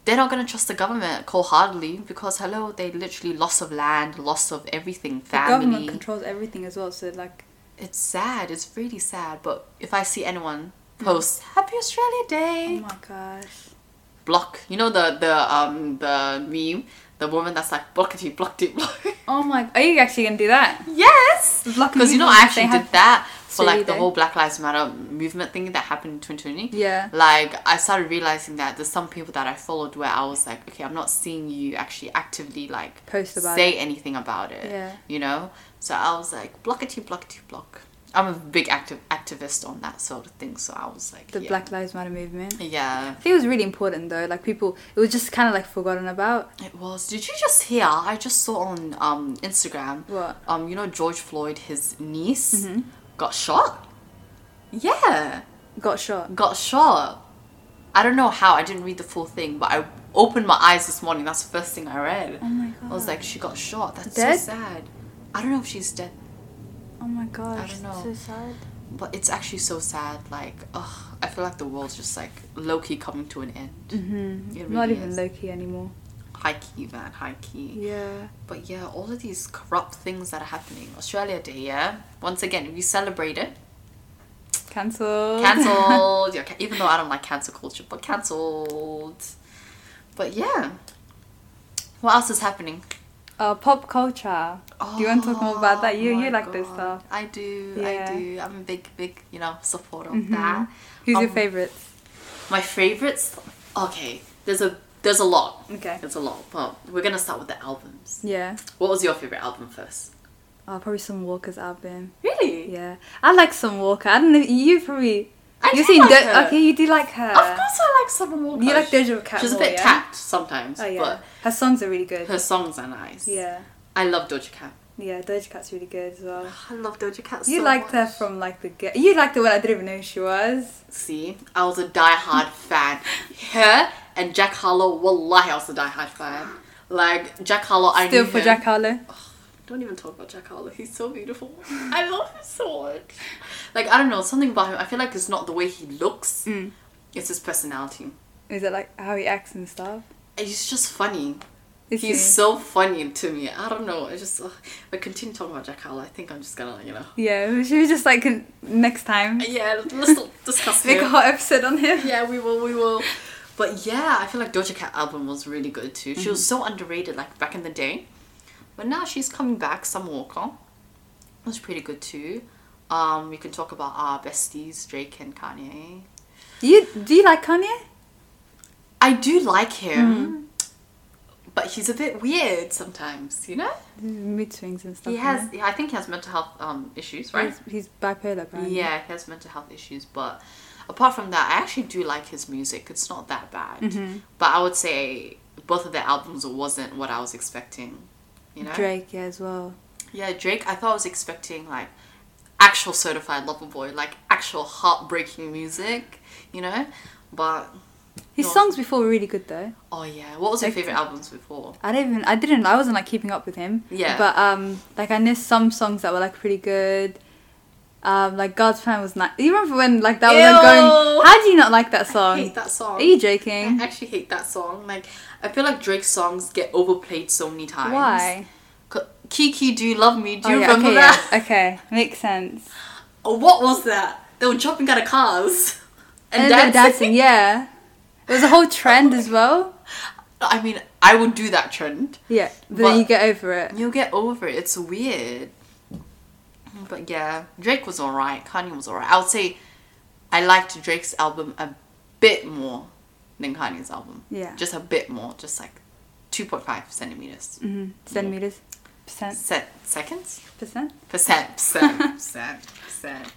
Speaker 1: they're not going to trust the government wholeheartedly because hello they literally loss of land loss of everything
Speaker 2: The government
Speaker 1: family
Speaker 2: controls everything as well, so like
Speaker 1: it's sad it's really sad but if i see anyone post happy australia day
Speaker 2: Mm. oh my gosh.
Speaker 1: block. You know the the um the meme, the woman that's like block you, block you, block.
Speaker 2: Oh my are you actually gonna do that?
Speaker 1: yes.
Speaker 2: Blocking
Speaker 1: Because you know
Speaker 2: people
Speaker 1: I
Speaker 2: if they
Speaker 1: actually did
Speaker 2: have-
Speaker 1: that for
Speaker 2: Australia
Speaker 1: like the
Speaker 2: Day.
Speaker 1: whole Black Lives Matter movement thing that happened in 2020.
Speaker 2: Yeah.
Speaker 1: Like I started realizing that there's some people that I followed where I was like, okay, I'm not seeing you actually actively like
Speaker 2: Post about
Speaker 1: say anything about it.
Speaker 2: Yeah.
Speaker 1: You know. So I was like, block it, you block it, you block. I'm a big active activist on that sort of thing, so I was like,
Speaker 2: The
Speaker 1: yeah.
Speaker 2: Black Lives Matter movement.
Speaker 1: Yeah.
Speaker 2: I think it was really important though. Like people, it was just kind of like forgotten about.
Speaker 1: It was. Did you just hear? I just saw on um, Instagram.
Speaker 2: What? Mm-hmm.
Speaker 1: Um, you know George Floyd, his niece got shot. Yeah,
Speaker 2: Got shot.
Speaker 1: got shot. I don't know how. I didn't read the full thing, but I opened my eyes this morning. That's the first thing I read.
Speaker 2: Oh my
Speaker 1: I was like, she got shot. That's
Speaker 2: Dead?
Speaker 1: so sad. I don't know if she's dead,
Speaker 2: Oh my gosh.
Speaker 1: I don't know.
Speaker 2: So sad.
Speaker 1: but it's actually so sad. Like, ugh, I feel like the world's just like low key coming to an end.
Speaker 2: Mm-hmm.
Speaker 1: It
Speaker 2: Not
Speaker 1: really
Speaker 2: even
Speaker 1: is.
Speaker 2: low key anymore.
Speaker 1: High key, man. High key.
Speaker 2: Yeah.
Speaker 1: But yeah, all of these corrupt things that are happening. Australia Day, yeah. Once again, if you celebrate it,
Speaker 2: Cancelled.
Speaker 1: cancelled. yeah, ca- even though I don't like cancel culture, but cancelled. But yeah. What else is happening?
Speaker 2: uh, pop culture. Do you want to talk more about that? You
Speaker 1: Oh
Speaker 2: you
Speaker 1: my
Speaker 2: like this
Speaker 1: God.
Speaker 2: stuff.
Speaker 1: I do.
Speaker 2: Yeah.
Speaker 1: I do. I'm a big, big, you know, supporter of
Speaker 2: Mhm.
Speaker 1: that.
Speaker 2: Who's your
Speaker 1: Um,
Speaker 2: favorites?
Speaker 1: My favorites. Okay, there's a there's a lot.
Speaker 2: Okay.
Speaker 1: There's a lot, but we're gonna start with the albums.
Speaker 2: Yeah.
Speaker 1: What was your favorite album first?
Speaker 2: Oh, probably some Walker's album.
Speaker 1: Really?
Speaker 2: Yeah. I like some Walker. I don't know. You probably.
Speaker 1: I
Speaker 2: you
Speaker 1: do like
Speaker 2: De-
Speaker 1: her.
Speaker 2: Okay, you do like her.
Speaker 1: Of course, I like Summer Walker.
Speaker 2: Uh, You like Doja Cat.
Speaker 1: She's a
Speaker 2: more,
Speaker 1: bit
Speaker 2: yeah?
Speaker 1: tapped sometimes,
Speaker 2: Oh yeah.
Speaker 1: but
Speaker 2: her songs are really good.
Speaker 1: her songs are nice.
Speaker 2: Yeah.
Speaker 1: I love Doja Cat.
Speaker 2: Yeah. Doja Cat's really good as well.
Speaker 1: I love Doja Cat.
Speaker 2: You
Speaker 1: so
Speaker 2: liked her
Speaker 1: much.
Speaker 2: from like the get. You liked the one I didn't even know who she was.
Speaker 1: See, I was a diehard fan. Her and Jack Harlow. Wallahi, I was a diehard fan. Like Jack Harlow, I
Speaker 2: Still
Speaker 1: knew
Speaker 2: for
Speaker 1: him.
Speaker 2: Jack Harlow.
Speaker 1: Don't even talk about Jack Harlow. He's so beautiful. I love him so much. Like I don't know something about him. I feel like it's not the way he looks.
Speaker 2: Mm.
Speaker 1: It's his personality.
Speaker 2: Is it like how he acts and stuff?
Speaker 1: He's just funny.
Speaker 2: Is
Speaker 1: He's
Speaker 2: he?
Speaker 1: so funny to me. I don't know. I just ugh. but continue talking about Jack Howell. I think I'm just gonna you know.
Speaker 2: Yeah, we should just like con- next time
Speaker 1: Yeah, let's not discuss
Speaker 2: make
Speaker 1: him.
Speaker 2: a whole episode on him.
Speaker 1: Yeah, we will. We will. But yeah, I feel like Doja Cat album was really good too. She was
Speaker 2: Mm-hmm.
Speaker 1: so underrated like back in the day, but now she's coming back. Summer Walker was pretty good too. Um, we can talk about our besties Drake and Kanye.
Speaker 2: You do you like Kanye?
Speaker 1: I do like
Speaker 2: Mm-hmm.
Speaker 1: him, but he's a bit weird sometimes. You know,
Speaker 2: Mood swings and stuff.
Speaker 1: he
Speaker 2: you
Speaker 1: has.
Speaker 2: know?
Speaker 1: Yeah, I think he has mental health um issues, right?
Speaker 2: He's, he's bipolar, apparently.
Speaker 1: Yeah, he has mental health issues, but apart from that, I actually do like his music. It's not that bad.
Speaker 2: Mm-hmm.
Speaker 1: But I would say both of their albums wasn't what I was expecting. You know?
Speaker 2: Drake, yeah, as well.
Speaker 1: Yeah, Drake, I thought I was expecting like actual certified lover boy, like actual heartbreaking music, you know? But
Speaker 2: His
Speaker 1: No.
Speaker 2: songs before were really good though.
Speaker 1: oh yeah. What was your
Speaker 2: Like-
Speaker 1: favorite albums before?
Speaker 2: I didn't even I didn't I wasn't like keeping up with him.
Speaker 1: Yeah.
Speaker 2: But um like I missed some songs that were like pretty good. Um like God's plan was nice. You remember when like that was like,
Speaker 1: Ew.
Speaker 2: going How do you not like that
Speaker 1: I
Speaker 2: song?
Speaker 1: hate that song.
Speaker 2: Are you
Speaker 1: I
Speaker 2: joking?
Speaker 1: actually hate that song. Like, I feel like Drake's songs get overplayed so many times.
Speaker 2: Why?
Speaker 1: C- Kiki, do you love me? Do
Speaker 2: Oh,
Speaker 1: you
Speaker 2: yeah,
Speaker 1: remember
Speaker 2: okay,
Speaker 1: that?
Speaker 2: yeah, okay. Makes sense.
Speaker 1: Oh, what was that? They were jumping out of cars and,
Speaker 2: And, then
Speaker 1: dancing.
Speaker 2: dancing, yeah. It was a whole trend as well.
Speaker 1: I mean, I would do that trend.
Speaker 2: Yeah. But
Speaker 1: But-
Speaker 2: then you get over it.
Speaker 1: You'll get over it. It's weird. But yeah, Drake was alright. Kanye was alright. I would say I liked Drake's album a bit more than Kanye's album.
Speaker 2: Yeah.
Speaker 1: Just a bit more. Just like 2.5 centimeters.
Speaker 2: Mm-hmm. Centimeters. Percent.
Speaker 1: Se- seconds?
Speaker 2: Percent?
Speaker 1: Percent. Percent. Percent. Percent.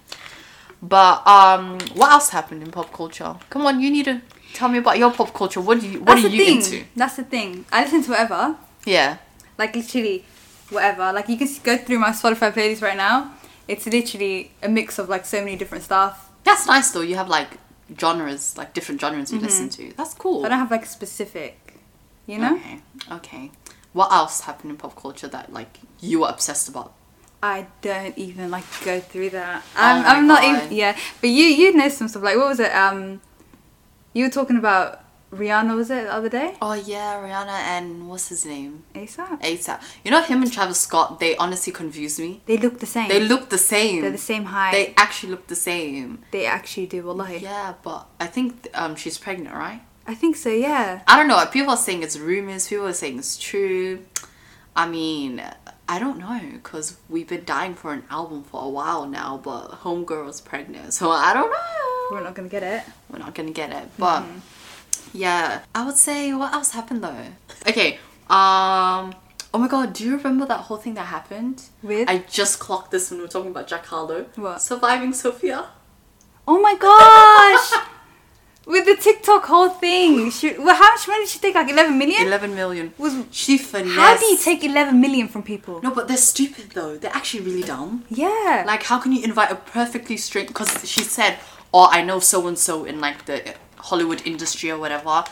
Speaker 1: But um, what else happened in pop culture? Come on, you need to tell me about your pop culture. What do you What
Speaker 2: That's
Speaker 1: are
Speaker 2: the
Speaker 1: you
Speaker 2: thing.
Speaker 1: into?
Speaker 2: That's the thing. I listen to whatever.
Speaker 1: Yeah.
Speaker 2: like literally whatever like you can s- go through my spotify playlist right now it's literally a mix of like so many different stuff
Speaker 1: That's nice though. You have like genres, like different genres you listen to. That's cool.
Speaker 2: i don't have like a specific Mm-hmm. uh, you know
Speaker 1: Okay. Okay. What else happened in pop culture that like you were obsessed about?
Speaker 2: i don't even like go through that
Speaker 1: Oh
Speaker 2: i'm,
Speaker 1: my
Speaker 2: I'm not
Speaker 1: God.
Speaker 2: even yeah but you you know some stuff like what was it um you were talking about rihanna was it the other day
Speaker 1: Oh yeah, Rihanna and what's his name?
Speaker 2: asap
Speaker 1: ASAP. You know him and Travis Scott, they honestly confuse me.
Speaker 2: they look the same
Speaker 1: They look the same.
Speaker 2: they're the same height
Speaker 1: They
Speaker 2: they,
Speaker 1: actually look the same.
Speaker 2: actually do wallahi
Speaker 1: Yeah, but I think um she's pregnant, right?
Speaker 2: i think so yeah
Speaker 1: I don't know. People are saying it's rumors. People are saying it's true. I mean, I don't know because we've been dying for an album for a while now, but Homegirl is pregnant, so I don't know.
Speaker 2: we're not gonna get it
Speaker 1: We're not gonna get it, but
Speaker 2: Mm-hmm.
Speaker 1: yeah, I would say what else happened though. Okay. Um. Oh my god, do you remember that whole thing that happened?
Speaker 2: With?
Speaker 1: I just clocked this when we were talking about Jack Harlow.
Speaker 2: What?
Speaker 1: Surviving Sophia.
Speaker 2: Oh my gosh! With the TikTok whole thing, she, well, how much money did she take? Like 11 million?
Speaker 1: Eleven million.
Speaker 2: Was
Speaker 1: She finessed.
Speaker 2: how do you take 11 million from people?
Speaker 1: No, but they're stupid though. They're actually really dumb.
Speaker 2: Yeah,
Speaker 1: Like, how can you invite a perfectly straight? Because she said, "Oh, I know so and so in like the Hollywood industry or whatever."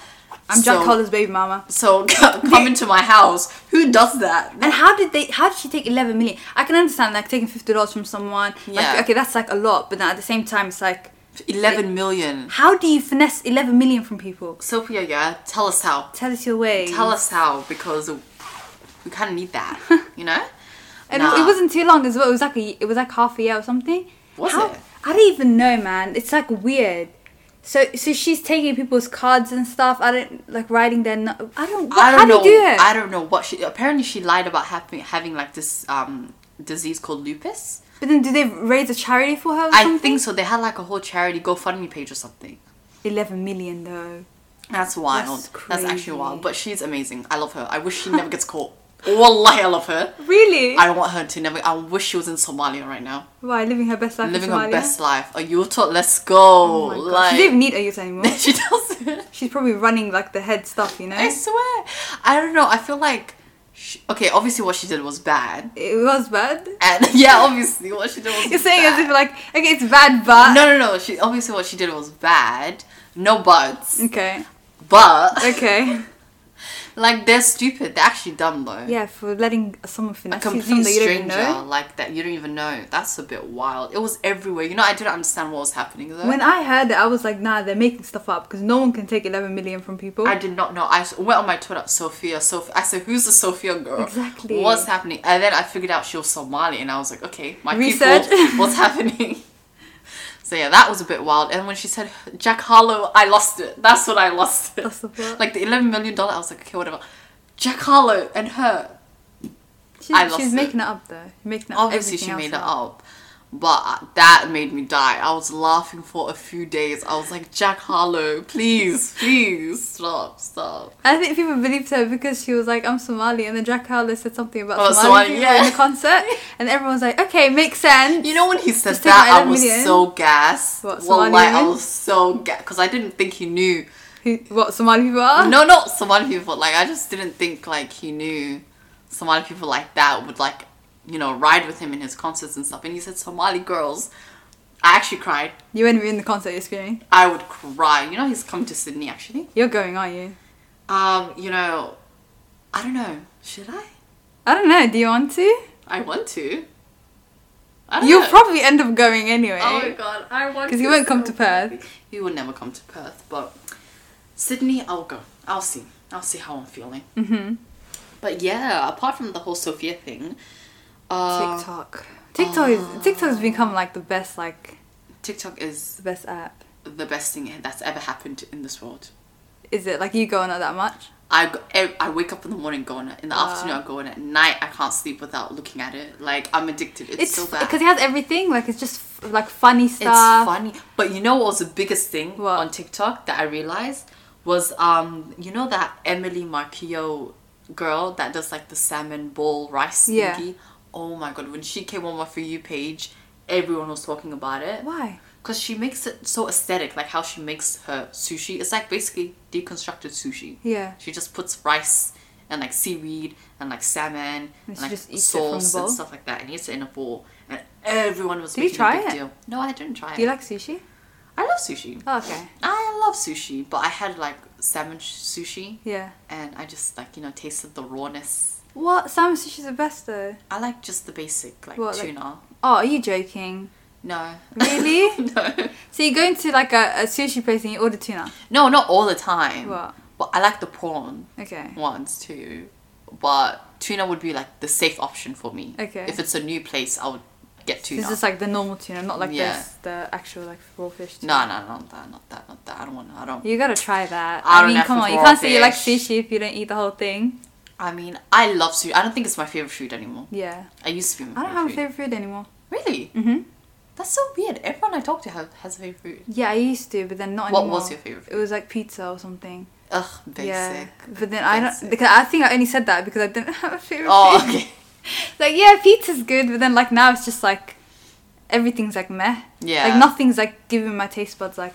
Speaker 2: I'm Jack
Speaker 1: so,
Speaker 2: Holler's baby mama.
Speaker 1: So come into my house. Who does that?
Speaker 2: And how did they? How did she take 11 million? I can understand like taking 50 dollars from someone.
Speaker 1: Yeah.
Speaker 2: Like, okay, that's like a lot, but then at the same time, it's like,
Speaker 1: Eleven million.
Speaker 2: how do you finesse 11 million from people?
Speaker 1: Sophia, yeah, tell us how.
Speaker 2: Tell us your way.
Speaker 1: Tell us how because we kind of need that. You know.
Speaker 2: And
Speaker 1: Nah.
Speaker 2: it wasn't too long as well. It was like a, it was like half a year or something.
Speaker 1: Was
Speaker 2: How-
Speaker 1: it?
Speaker 2: I don't even know, man. It's like weird. So so she's taking people's cards and stuff. I don't like writing their. No- I don't. What,
Speaker 1: I don't
Speaker 2: how
Speaker 1: know.
Speaker 2: do you do it?
Speaker 1: I don't know what she. Apparently, she lied about having having like this um disease called lupus.
Speaker 2: but then do they raise a charity for her? Or
Speaker 1: I
Speaker 2: something?
Speaker 1: think so. They had like a whole charity GoFundMe page or something.
Speaker 2: Eleven million though.
Speaker 1: That's wild. That's,
Speaker 2: That's
Speaker 1: actually wild.
Speaker 2: crazy.
Speaker 1: But she's amazing. I love her. I wish she never gets caught. Wallahi, I love her.
Speaker 2: Really?
Speaker 1: I want her to never. I wish she was in Somalia right now,
Speaker 2: Why living her best life?
Speaker 1: living
Speaker 2: in Somalia?
Speaker 1: her best life. A Yuto, let's go.
Speaker 2: Oh my God. she
Speaker 1: like
Speaker 2: didn't need a youth anymore.
Speaker 1: she doesn't.
Speaker 2: She's probably running like the head stuff, you know.
Speaker 1: I swear. I don't know. I feel like. She, okay, obviously what she did was bad,
Speaker 2: it was bad.
Speaker 1: and yeah, obviously what she did was.
Speaker 2: You're saying
Speaker 1: bad.
Speaker 2: as if like okay, it's bad, but
Speaker 1: No, no, no. She obviously what she did was bad. No buts,
Speaker 2: Mm. okay,
Speaker 1: but
Speaker 2: okay.
Speaker 1: Like they're stupid. They're actually dumb though.
Speaker 2: Yeah, for letting someone
Speaker 1: a
Speaker 2: finesse you,
Speaker 1: complete
Speaker 2: someone that you don't even
Speaker 1: stranger
Speaker 2: know.
Speaker 1: like that you don't even know. That's a bit wild. It was everywhere. You know, I didn't understand what was happening though.
Speaker 2: When I heard that, I was like, nah, they're making stuff up because no one can take 11 million from people.
Speaker 1: I did not know. I s- went on my Twitter, Sophia. Sophia. I said, "Who's the Sophia girl?
Speaker 2: Exactly.
Speaker 1: What's happening?" And then I figured out she was Somali, and I was like, "Okay, my
Speaker 2: Research.
Speaker 1: people, what's happening?" So yeah, that was a bit wild. And when she said Jack Harlow, I lost it. That's when I lost it.
Speaker 2: That's the part.
Speaker 1: Like the eleven million dollar, I was like, okay, whatever. Jack Harlow and her.
Speaker 2: she's,
Speaker 1: I lost
Speaker 2: she's
Speaker 1: it.
Speaker 2: making it up though. Making up
Speaker 1: Obviously, she
Speaker 2: everything
Speaker 1: made it
Speaker 2: else
Speaker 1: up. But that made me die. I was laughing for a few days. I was like, Jack Harlow, please, please, stop, stop.
Speaker 2: I think people believed her because she was like, I'm Somali, and then Jack Harlow said something about
Speaker 1: Oh,
Speaker 2: Somali
Speaker 1: Somali,
Speaker 2: people
Speaker 1: yeah.
Speaker 2: in the concert, and everyone's like, okay, makes sense.
Speaker 1: You know when he said
Speaker 2: Just take
Speaker 1: that,
Speaker 2: my
Speaker 1: I was
Speaker 2: 11 million.
Speaker 1: so gassed.
Speaker 2: What,
Speaker 1: well,
Speaker 2: Somali
Speaker 1: like I
Speaker 2: women?
Speaker 1: was so gassed because I didn't think he knew.
Speaker 2: Who, what Somali people are?
Speaker 1: No, not Somali people. Like I just didn't think like he knew Somali people like that would like you know ride with him in his concerts and stuff. And he said Somali girls. I actually cried.
Speaker 2: You won't be in the concert, you're screaming.
Speaker 1: I would cry. You know he's come to Sydney actually.
Speaker 2: You're going, aren't you?
Speaker 1: Um, you know, I don't know. Should I?
Speaker 2: I don't know. Do you want to?
Speaker 1: I want to. I don't
Speaker 2: You'll
Speaker 1: know.
Speaker 2: probably end up going anyway.
Speaker 1: Oh my god, I want.
Speaker 2: 'Cause
Speaker 1: to
Speaker 2: he won't come to
Speaker 1: badly.
Speaker 2: Perth.
Speaker 1: He will never come to Perth, but Sydney, I'll go. I'll see. I'll see how I'm feeling. Mm-hmm. But yeah, apart from the whole Sophia thing, uh, TikTok.
Speaker 2: TikTok. TikTok
Speaker 1: Oh.
Speaker 2: is TikTok's become like the best, like
Speaker 1: is
Speaker 2: the best app.
Speaker 1: the best thing that's ever happened in this world.
Speaker 2: Is it like you go on it that much?
Speaker 1: I, go- ev- I wake up in the morning, go on it. In the
Speaker 2: Wow.
Speaker 1: afternoon, I go on it. At night, I can't sleep without looking at it. Like I'm addicted. It's,
Speaker 2: It's
Speaker 1: so bad.
Speaker 2: because it has everything. Like it's just f- like funny
Speaker 1: It's
Speaker 2: stuff.
Speaker 1: funny. But you know what was the biggest thing
Speaker 2: What?
Speaker 1: on TikTok that I realized was um you know that Emily Marquillo girl that does like the salmon bowl rice
Speaker 2: Yeah.
Speaker 1: thingy? Oh my god, when she came on my for you page, everyone was talking about it.
Speaker 2: Why?
Speaker 1: Cause she makes it so aesthetic, like how she makes her sushi. It's like basically deconstructed sushi.
Speaker 2: Yeah.
Speaker 1: She just puts rice and like seaweed and like salmon and,
Speaker 2: she
Speaker 1: like
Speaker 2: just eats it from the
Speaker 1: sauce
Speaker 2: bowl?
Speaker 1: and stuff like that, and eats it in a bowl. And everyone was
Speaker 2: Did you
Speaker 1: making
Speaker 2: try
Speaker 1: a big
Speaker 2: it?
Speaker 1: deal. No, I didn't try
Speaker 2: Do
Speaker 1: it.
Speaker 2: you like sushi?
Speaker 1: I love sushi.
Speaker 2: Oh, okay.
Speaker 1: I love sushi, but I had like salmon sh- sushi,
Speaker 2: Yeah.
Speaker 1: and I just like you know tasted the rawness.
Speaker 2: What salmon sushi's the best though?
Speaker 1: I like just the basic like
Speaker 2: What, like-
Speaker 1: tuna.
Speaker 2: Oh, are you joking?
Speaker 1: no.
Speaker 2: Really?
Speaker 1: no.
Speaker 2: So you go into like a, a sushi place and you order tuna.
Speaker 1: No, not all the time.
Speaker 2: What?
Speaker 1: But I like the prawn
Speaker 2: Okay.
Speaker 1: ones too. But tuna would be like the safe option for me.
Speaker 2: Okay.
Speaker 1: If it's a new place, I would get tuna.
Speaker 2: This is like the normal tuna, not like
Speaker 1: Yeah.
Speaker 2: this the actual like raw fish. Tuna.
Speaker 1: no, no, not that, not that, not that. I don't want. I don't.
Speaker 2: You gotta try
Speaker 1: I
Speaker 2: that. I,
Speaker 1: don't
Speaker 2: mean,
Speaker 1: have
Speaker 2: come
Speaker 1: the
Speaker 2: on, you
Speaker 1: raw
Speaker 2: can't say you like
Speaker 1: fish.
Speaker 2: sushi if you don't eat the whole thing.
Speaker 1: I mean, I love sushi. I don't think it's my favorite food anymore.
Speaker 2: Yeah.
Speaker 1: I used to be. My
Speaker 2: I don't have a
Speaker 1: favorite.
Speaker 2: favorite food anymore.
Speaker 1: food. Really?
Speaker 2: Mm-hmm.
Speaker 1: That's so weird. Everyone I talk to have, has a favorite food.
Speaker 2: Yeah, I used to, but then not
Speaker 1: What
Speaker 2: anymore.
Speaker 1: was your favorite
Speaker 2: It was like pizza or something.
Speaker 1: Ugh, basic.
Speaker 2: Yeah. But then I don't
Speaker 1: Basic.
Speaker 2: because I think I only said that because I didn't have a favorite
Speaker 1: Oh,
Speaker 2: food.
Speaker 1: okay.
Speaker 2: Like yeah, pizza's good, but then like now it's just like everything's like meh.
Speaker 1: Yeah.
Speaker 2: Like nothing's like giving my taste buds like,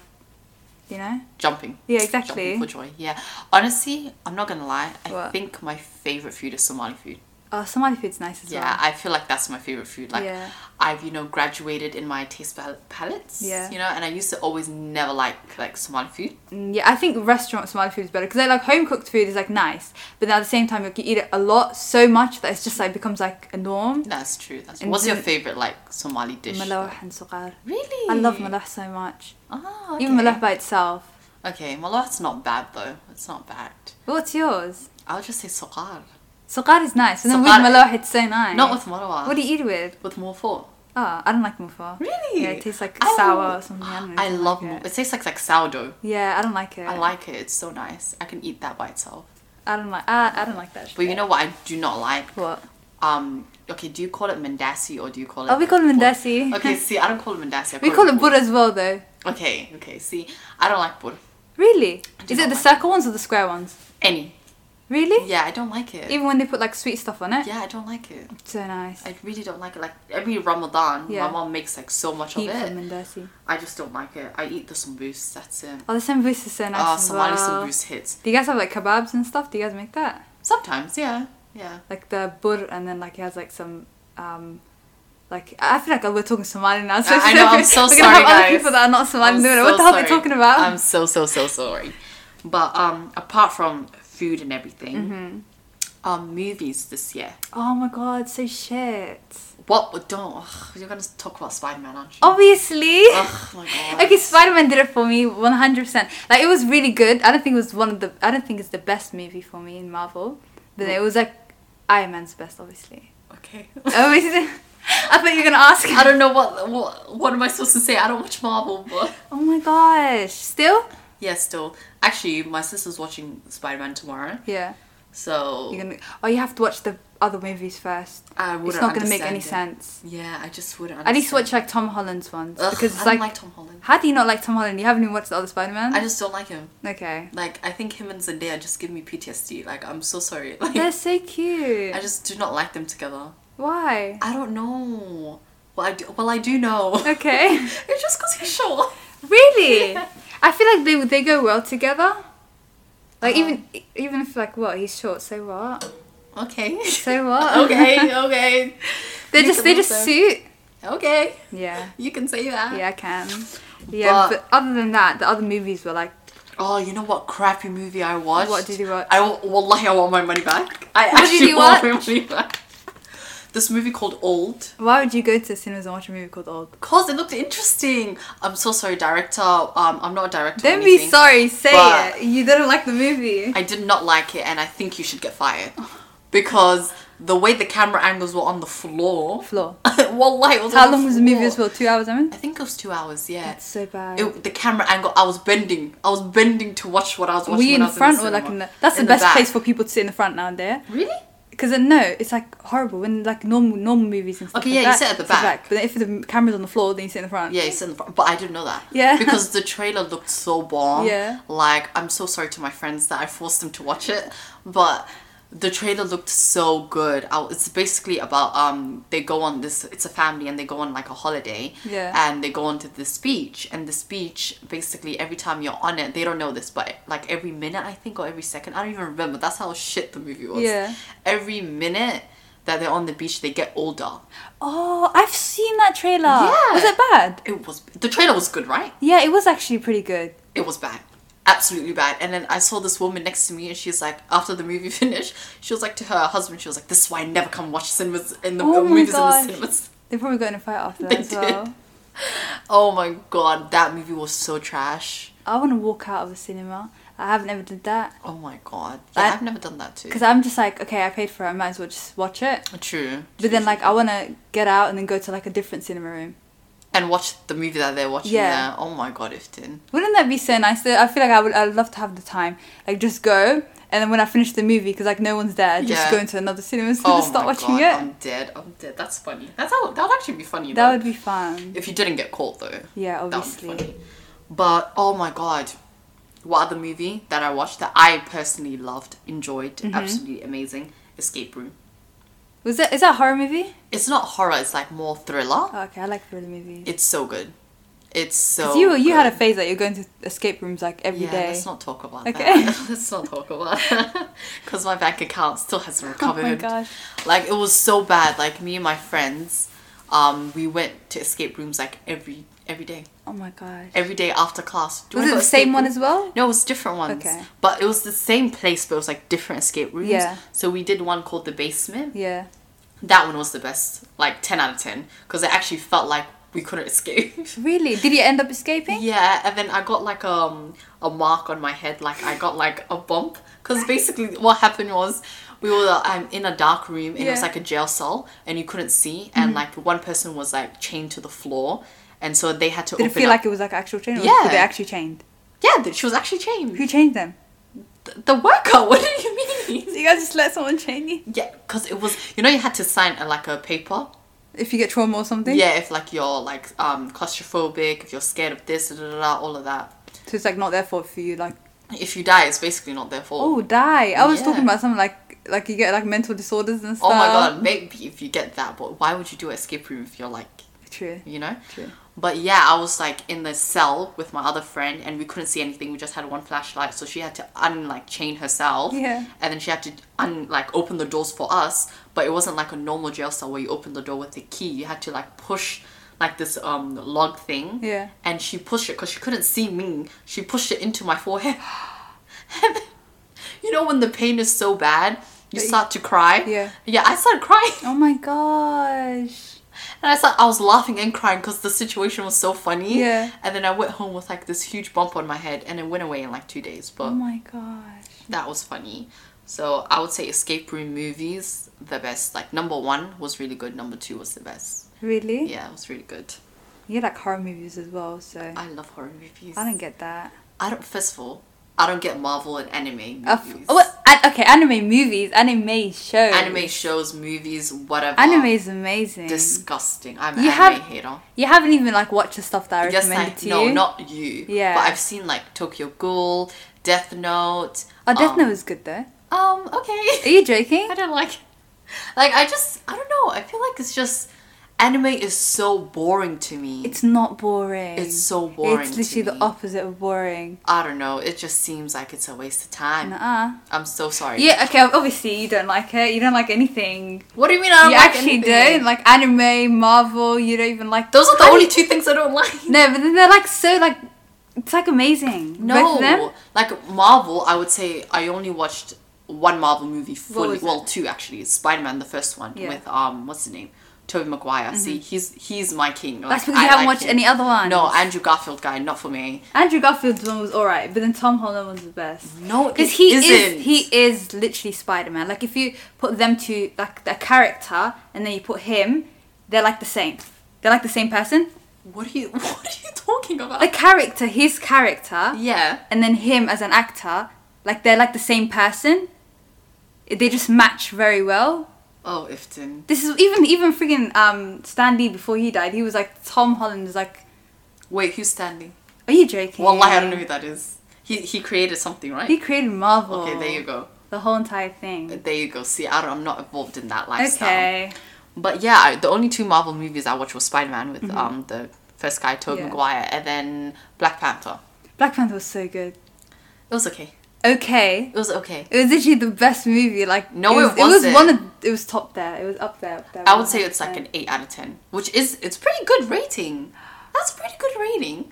Speaker 2: you know.
Speaker 1: Jumping.
Speaker 2: Yeah, exactly.
Speaker 1: Jumping for joy. Yeah. Honestly, I'm not gonna lie. I
Speaker 2: What?
Speaker 1: think my favorite food is Somali food.
Speaker 2: Oh, Somali food's nice as
Speaker 1: Yeah,
Speaker 2: well.
Speaker 1: I feel like that's my favorite food. Like,
Speaker 2: Yeah.
Speaker 1: I've you know graduated in my taste pal- palettes.
Speaker 2: Yeah.
Speaker 1: You know, and I used to always never like like Somali food.
Speaker 2: Mm, Yeah, I think restaurant Somali food is better because like home cooked food is like nice, but then at the same time like, you eat it a lot so much that it's just like becomes like a norm.
Speaker 1: That's true. That's
Speaker 2: And
Speaker 1: What's your
Speaker 2: then-
Speaker 1: favorite like Somali dish?
Speaker 2: Malawah and suqar.
Speaker 1: Really?
Speaker 2: I love malawah so much.
Speaker 1: Ah, okay.
Speaker 2: Even malawah by itself.
Speaker 1: Okay, malawah's not bad though. It's not bad.
Speaker 2: What's yours?
Speaker 1: I'll just say soqar.
Speaker 2: Suqar is nice, and then with
Speaker 1: Suqar-
Speaker 2: malawah it's so nice.
Speaker 1: Not with malawah.
Speaker 2: What do you eat it with?
Speaker 1: with morpho.
Speaker 2: Oh, I don't like mufa.
Speaker 1: Really? Oh,
Speaker 2: Yeah, it tastes like
Speaker 1: I
Speaker 2: sour
Speaker 1: love-
Speaker 2: or something. I, don't know,
Speaker 1: I
Speaker 2: don't
Speaker 1: love
Speaker 2: like
Speaker 1: it.
Speaker 2: it.
Speaker 1: It tastes like like sourdough.
Speaker 2: Yeah, I don't like it.
Speaker 1: I like it. It's so nice. I can eat that by itself.
Speaker 2: I don't like. I, I don't like that.
Speaker 1: But you know what I do not like?
Speaker 2: what?
Speaker 1: Um. Okay. Do you call it mandasi or do you call it?
Speaker 2: Oh, we call it mandasi.
Speaker 1: Okay. See, I don't call it mandasi. I
Speaker 2: We call it
Speaker 1: bud.
Speaker 2: bud as well, though.
Speaker 1: Okay. Okay. See, I don't like bud.
Speaker 2: Really?
Speaker 1: do
Speaker 2: Is
Speaker 1: not
Speaker 2: it the
Speaker 1: like
Speaker 2: circle ones or the square ones?
Speaker 1: Any.
Speaker 2: Really?
Speaker 1: Yeah, I don't like it.
Speaker 2: Even when they put like sweet stuff on it.
Speaker 1: yeah, I don't like it.
Speaker 2: So nice.
Speaker 1: I really don't like it. Like every Ramadan,
Speaker 2: Yeah.
Speaker 1: my mom makes like so much
Speaker 2: Heat
Speaker 1: of
Speaker 2: from
Speaker 1: it.
Speaker 2: Mandasi.
Speaker 1: I just don't like it. I eat the samboos. That's it.
Speaker 2: Oh, the sambus is so nice.
Speaker 1: Ah,
Speaker 2: as
Speaker 1: Somali
Speaker 2: well.
Speaker 1: samboos hits.
Speaker 2: Do you guys have like kebabs and stuff? Do you guys make that?
Speaker 1: Sometimes, yeah, yeah.
Speaker 2: Like the bur and then like it has like some um like I feel like we're talking Somali now. So
Speaker 1: I know. I'm so
Speaker 2: we're
Speaker 1: sorry,
Speaker 2: gonna have
Speaker 1: guys.
Speaker 2: other people that are not Somali.
Speaker 1: I'm
Speaker 2: doing it.
Speaker 1: so
Speaker 2: what the hell are
Speaker 1: sorry.
Speaker 2: they talking about?
Speaker 1: I'm so so so sorry. But um, apart from food and everything
Speaker 2: Mm-hmm.
Speaker 1: are movies this year.
Speaker 2: Oh my god, so shit.
Speaker 1: What would don't ugh, you're gonna talk about Spider Man, aren't you?
Speaker 2: Obviously.
Speaker 1: Oh my god.
Speaker 2: Okay, Spider Man did it for me 100%. Like, it was really good. I don't think it was one of the. I don't think it's the best movie for me in Marvel. But it was like Iron Man's best, obviously.
Speaker 1: Okay.
Speaker 2: obviously. I thought you were gonna ask.
Speaker 1: I don't know what what what am I supposed to say? I don't watch Marvel, but
Speaker 2: Oh my gosh. Still?
Speaker 1: yeah, still. Actually, my sister's watching Spider Man tomorrow,
Speaker 2: Yeah.
Speaker 1: so
Speaker 2: You're gonna. Oh, you have to watch the other movies first.
Speaker 1: I wouldn't.
Speaker 2: it's not gonna make any
Speaker 1: understand
Speaker 2: sense.
Speaker 1: it. Yeah, I just wouldn't.
Speaker 2: At least watch
Speaker 1: understand.
Speaker 2: like Tom Holland's ones
Speaker 1: Ugh,
Speaker 2: because
Speaker 1: I
Speaker 2: it's
Speaker 1: don't
Speaker 2: like,
Speaker 1: like, Tom Holland.
Speaker 2: how do you not like Tom Holland? You haven't even watched the other Spider Man.
Speaker 1: I just don't like him.
Speaker 2: okay.
Speaker 1: Like I think him and Zendaya just give me PTSD. Like I'm so sorry. Like
Speaker 2: They're so cute.
Speaker 1: I just do not like them together.
Speaker 2: Why?
Speaker 1: I don't know. Well, I do, well, I do know.
Speaker 2: Okay.
Speaker 1: it's just because he's short.
Speaker 2: really? I feel like they they go well together. Like
Speaker 1: Uh-huh.
Speaker 2: even e, even if like what he's short, so what?
Speaker 1: Okay.
Speaker 2: So what?
Speaker 1: okay. Okay.
Speaker 2: they
Speaker 1: You
Speaker 2: just
Speaker 1: can
Speaker 2: they
Speaker 1: love
Speaker 2: just
Speaker 1: them. Uh-huh.
Speaker 2: suit.
Speaker 1: Okay.
Speaker 2: Yeah.
Speaker 1: You can say that.
Speaker 2: Yeah, I can. Yeah,
Speaker 1: But-
Speaker 2: but, other than that, the other movies were like
Speaker 1: Oh, you know what crappy movie I watched?
Speaker 2: What did you watch?
Speaker 1: I wa- wallahi, I want my money back. I
Speaker 2: What did
Speaker 1: actually
Speaker 2: you
Speaker 1: want
Speaker 2: watch?
Speaker 1: my money back. This movie called Old.
Speaker 2: Why would you go to cinemas and watch a movie called Old?
Speaker 1: Cause it looked interesting. I'm so sorry, director. Um, I'm not a director. or
Speaker 2: Don't be
Speaker 1: anything.
Speaker 2: sorry, say
Speaker 1: but-
Speaker 2: it. You didn't like the movie.
Speaker 1: I did not like it, and I think you should get fired because the way the camera angles were on the floor.
Speaker 2: Floor.
Speaker 1: Wallahi, it was on
Speaker 2: How long was the movie
Speaker 1: floor.
Speaker 2: as well? Two hours, I mean?
Speaker 1: I think it was two hours. Yeah.
Speaker 2: That's so bad.
Speaker 1: It, the camera angle. I was bending. I was bending to watch what I was watching.
Speaker 2: were you
Speaker 1: when
Speaker 2: in
Speaker 1: I
Speaker 2: the
Speaker 1: was
Speaker 2: front
Speaker 1: the
Speaker 2: or like
Speaker 1: cinema.
Speaker 2: in the. That's
Speaker 1: In
Speaker 2: the best
Speaker 1: back.
Speaker 2: place for people to sit in the front now and there.
Speaker 1: Really?
Speaker 2: Because then, no, it's like horrible when like normal normal movies and stuff.
Speaker 1: Okay,
Speaker 2: like
Speaker 1: yeah, you
Speaker 2: that,
Speaker 1: sit at the
Speaker 2: it's
Speaker 1: back.
Speaker 2: But if the camera's on the floor, then you sit in the front.
Speaker 1: Yeah, it's in the front, but I didn't know that.
Speaker 2: Yeah.
Speaker 1: Because the trailer looked so bomb.
Speaker 2: Yeah.
Speaker 1: Like, I'm so sorry to my friends that I forced them to watch it, but the trailer looked so good. I, it's basically about um they go on this. It's a family and they go on like a holiday.
Speaker 2: Yeah.
Speaker 1: And they go on to this beach and this beach basically every time you're on it they don't know this but like every minute I think or every second I don't even remember. That's how shit the movie was.
Speaker 2: Yeah.
Speaker 1: Every minute that they're on the beach they get older.
Speaker 2: Oh, I've seen that trailer.
Speaker 1: Yeah.
Speaker 2: Was it bad?
Speaker 1: It was the trailer was good, right?
Speaker 2: Yeah, it was actually pretty good.
Speaker 1: it was bad absolutely bad and then i saw this woman next to me and she's like after the movie finished she was like to her husband she was like this is why i never come watch cinemas in the
Speaker 2: Oh my
Speaker 1: movies
Speaker 2: gosh.
Speaker 1: in the cinemas
Speaker 2: They probably got in a fight after that
Speaker 1: They
Speaker 2: as
Speaker 1: did.
Speaker 2: well.
Speaker 1: oh my god that movie was so trash
Speaker 2: I want to walk out of the cinema. I haven't ever did that
Speaker 1: oh my god yeah,
Speaker 2: That-
Speaker 1: i've never done that too
Speaker 2: because I'm just like, okay, I paid for it. I might as well just watch it.
Speaker 1: true
Speaker 2: But then, like, I want to get out and then go to like a different cinema room.
Speaker 1: and watch the movie that they're watching
Speaker 2: Yeah.
Speaker 1: there. oh my god iftin
Speaker 2: Wouldn't that be so nice? Though I feel like I would. I'd love to have the time. Like, just go, and then when I finish the movie, because like no one's there, just
Speaker 1: Yeah.
Speaker 2: go into another cinema and
Speaker 1: oh
Speaker 2: start
Speaker 1: my
Speaker 2: watching
Speaker 1: god
Speaker 2: it.
Speaker 1: i'm dead i'm dead that's funny that's how that would actually be funny
Speaker 2: that
Speaker 1: though.
Speaker 2: would be fun.
Speaker 1: If you didn't get caught though.
Speaker 2: Yeah,
Speaker 1: That would be
Speaker 2: obviously.
Speaker 1: funny. But oh my god. What other movie that I watched that I personally loved, enjoyed,
Speaker 2: Mm-hmm.
Speaker 1: absolutely amazing? Escape Room.
Speaker 2: Was that is that a horror movie?
Speaker 1: It's not horror, it's like more thriller.
Speaker 2: Oh, okay, I like thriller movies.
Speaker 1: It's so good. It's
Speaker 2: 'Cause
Speaker 1: so
Speaker 2: you you had a
Speaker 1: good.
Speaker 2: phase that you're going to escape rooms like every
Speaker 1: yeah,
Speaker 2: day.
Speaker 1: let's not talk about
Speaker 2: Okay.
Speaker 1: that. let's not talk about that. Because my bank account still hasn't
Speaker 2: Oh
Speaker 1: recovered.
Speaker 2: my gosh.
Speaker 1: Like it was so bad. Like me and my friends, um, we went to escape rooms like every every day.
Speaker 2: Oh my gosh.
Speaker 1: Every day after class. Do you
Speaker 2: Was
Speaker 1: wanna
Speaker 2: it
Speaker 1: go
Speaker 2: the same
Speaker 1: escape
Speaker 2: one
Speaker 1: room?
Speaker 2: as well?
Speaker 1: No, it was different ones.
Speaker 2: Okay.
Speaker 1: But it was the same place, but it was like different escape rooms.
Speaker 2: Yeah.
Speaker 1: So we did one called the basement.
Speaker 2: Yeah.
Speaker 1: That one was the best, like ten out of ten, because it actually felt like we couldn't escape.
Speaker 2: Really? Did you end up escaping?
Speaker 1: yeah, and then I got like um a mark on my head, like I got like a bump, because basically what happened was. We were um, in a dark room and it was
Speaker 2: Yeah. Mm-hmm.
Speaker 1: like a jail cell and you couldn't see and like one person was like chained to the floor and so they had to
Speaker 2: Did it
Speaker 1: open
Speaker 2: feel
Speaker 1: up.
Speaker 2: like it was like actual chain? Or
Speaker 1: Yeah.
Speaker 2: Were they actually chained?
Speaker 1: yeah th- she was actually chained
Speaker 2: Who chained them?
Speaker 1: Th- the worker what do you mean
Speaker 2: You guys just let someone chain you?
Speaker 1: Yeah, because it was you know you had to sign a, like a paper.
Speaker 2: If you get trauma or something?
Speaker 1: Yeah, if like you're like um claustrophobic, if you're scared of this, da, da, da, da, all of that.
Speaker 2: So it's like not their fault for you. Like,
Speaker 1: If you die, it's basically not their fault.
Speaker 2: oh, die. I was
Speaker 1: Yeah.
Speaker 2: talking about something like, like you get like mental disorders and stuff.
Speaker 1: Oh my god, maybe if you get that, but why would you do escape room if you're like
Speaker 2: True.
Speaker 1: you know?
Speaker 2: True.
Speaker 1: But yeah, I was like in the cell with my other friend, and we couldn't see anything. We just had one flashlight, so she had to un like chain herself.
Speaker 2: Yeah.
Speaker 1: And then she had to un like open the doors for us. But it wasn't like a normal jail cell where you open the door with the key. You had to like push like this um log thing.
Speaker 2: Yeah.
Speaker 1: And she pushed it because she couldn't see me. She pushed it into my forehead. you know when the pain is so bad, you
Speaker 2: That you-
Speaker 1: start to cry.
Speaker 2: Yeah.
Speaker 1: Yeah, I started crying,
Speaker 2: Oh my gosh.
Speaker 1: and I started, I was laughing and crying because the situation was so funny.
Speaker 2: Yeah.
Speaker 1: And then I went home with like this huge bump on my head, and it went away in like two days. But
Speaker 2: Oh my gosh.
Speaker 1: that was funny. So I would say escape room movies the best. Like number one was really good. Number two was the best.
Speaker 2: Really?
Speaker 1: Yeah, it was really good.
Speaker 2: You like horror movies as well, so I,
Speaker 1: I love horror movies.
Speaker 2: don't get that.
Speaker 1: I don't. First of all, I don't get Marvel and anime
Speaker 2: Uh, f-
Speaker 1: movies.
Speaker 2: oh, what- an- okay, anime movies, anime shows.
Speaker 1: Anime shows, movies, whatever.
Speaker 2: Anime is amazing.
Speaker 1: Disgusting. I'm an
Speaker 2: You
Speaker 1: anime
Speaker 2: have-
Speaker 1: hater.
Speaker 2: you haven't even like watched the stuff that I
Speaker 1: Yes,
Speaker 2: recommended
Speaker 1: I
Speaker 2: to
Speaker 1: no,
Speaker 2: you.
Speaker 1: not you.
Speaker 2: Yeah.
Speaker 1: But I've seen like Tokyo Ghoul, Death Note.
Speaker 2: Oh, Death
Speaker 1: um,
Speaker 2: Note was good though.
Speaker 1: Um.
Speaker 2: Are
Speaker 1: Okay.
Speaker 2: you joking?
Speaker 1: I don't like. it. Like I just I don't know. I feel like it's just anime is so boring to me.
Speaker 2: It's not boring.
Speaker 1: It's so boring
Speaker 2: It's
Speaker 1: to
Speaker 2: literally
Speaker 1: me.
Speaker 2: the opposite of boring.
Speaker 1: I don't know. It just seems like it's a waste of time.
Speaker 2: Nuh-uh.
Speaker 1: I'm so sorry.
Speaker 2: Yeah, okay, obviously you don't like it. You don't like anything.
Speaker 1: What do you mean I don't
Speaker 2: you
Speaker 1: like
Speaker 2: actually
Speaker 1: anything?
Speaker 2: don't like anime, Marvel. You don't even like
Speaker 1: Those are the
Speaker 2: How
Speaker 1: only
Speaker 2: do
Speaker 1: two things I don't like.
Speaker 2: you- No, but then they're like so like it's like amazing. Both of them.
Speaker 1: No, like Marvel, I would say I only watched one Marvel movie fully.
Speaker 2: was
Speaker 1: Well,
Speaker 2: it?
Speaker 1: two actually. Spider Man, the first one
Speaker 2: Yeah. Mm-hmm.
Speaker 1: with um, what's the name? Toby Maguire. See, he's he's my king. Like,
Speaker 2: That's because you
Speaker 1: I
Speaker 2: haven't
Speaker 1: like
Speaker 2: watched
Speaker 1: him.
Speaker 2: any other one.
Speaker 1: No, Andrew Garfield guy, not for me.
Speaker 2: Andrew Garfield's one was alright, but then Tom Holland was the best.
Speaker 1: No,
Speaker 2: Because
Speaker 1: it
Speaker 2: he
Speaker 1: isn't.
Speaker 2: is he is literally Spider Man. Like if you put them two like their character and then you put him, they're like the same. They're like the same person.
Speaker 1: What are you? What are you talking about?
Speaker 2: The character, his character,
Speaker 1: yeah.
Speaker 2: and then him as an actor, like they're like the same person. They just match very well.
Speaker 1: Oh, Ifton.
Speaker 2: This is even even freaking um Stan Lee before he died. He was like Tom Holland is like,
Speaker 1: Wait, who's standing?
Speaker 2: are you joking?
Speaker 1: Wallahi, I don't know who that is. He he created something, right?
Speaker 2: He Oh. created Marvel.
Speaker 1: okay, there you go.
Speaker 2: The whole entire thing.
Speaker 1: There you go. See, I don't, I'm not involved in that lifestyle.
Speaker 2: Okay.
Speaker 1: But yeah, I- the only two Marvel movies I watched was Spider Man with um the first guy Tobey
Speaker 2: Yeah.
Speaker 1: Maguire and then Black Panther.
Speaker 2: Black Panther was so good.
Speaker 1: It was okay.
Speaker 2: Okay.
Speaker 1: It was okay.
Speaker 2: It was literally the best movie. Like
Speaker 1: No,
Speaker 2: was,
Speaker 1: it wasn't.
Speaker 2: was one of it was top there. It was up there. Up there
Speaker 1: I would say it's like
Speaker 2: 100%.
Speaker 1: an eight out of ten, which is it's pretty good rating. That's pretty good rating.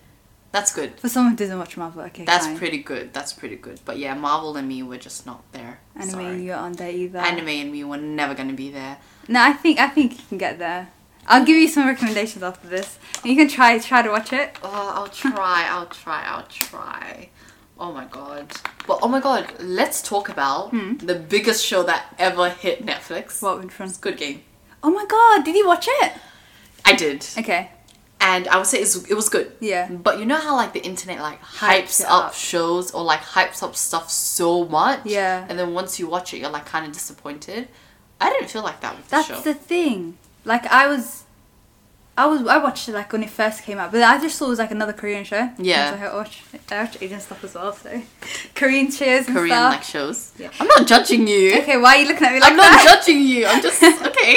Speaker 1: That's good.
Speaker 2: for someone who doesn't watch Marvel. Okay,
Speaker 1: That's
Speaker 2: fine.
Speaker 1: pretty good. That's pretty good. But yeah, Marvel and me were just not there.
Speaker 2: Anime,
Speaker 1: Sorry.
Speaker 2: you aren't there either.
Speaker 1: Anime and me were never gonna be there.
Speaker 2: No, I think I think you can get there. I'll give you some recommendations after this. And you can try try to watch it.
Speaker 1: Oh, I'll try, I'll try, I'll try. Oh my god. But oh my god, let's talk about the biggest show that ever hit Netflix.
Speaker 2: What went from?
Speaker 1: It's Good Game.
Speaker 2: Oh my god! Did you watch it?
Speaker 1: I did,
Speaker 2: Okay.
Speaker 1: and I would say it's, it was good.
Speaker 2: Yeah.
Speaker 1: But you know how like the internet like
Speaker 2: Hypes
Speaker 1: hypes,
Speaker 2: it
Speaker 1: up,
Speaker 2: up.
Speaker 1: shows or like hypes up stuff so much.
Speaker 2: Yeah.
Speaker 1: And then once you watch it, you're like kind of disappointed. I didn't feel like that with
Speaker 2: That's
Speaker 1: the show.
Speaker 2: the thing. Like I was, I was I watched it like when it first came out, but I just thought it was like another Korean show.
Speaker 1: Yeah.
Speaker 2: So I watch I watch Asian stuff as well. So Korean shows and
Speaker 1: Korean
Speaker 2: stuff.
Speaker 1: like shows.
Speaker 2: Yeah.
Speaker 1: I'm not judging you.
Speaker 2: okay, why are you looking at me like
Speaker 1: I'm not
Speaker 2: that?
Speaker 1: judging you. I'm just okay.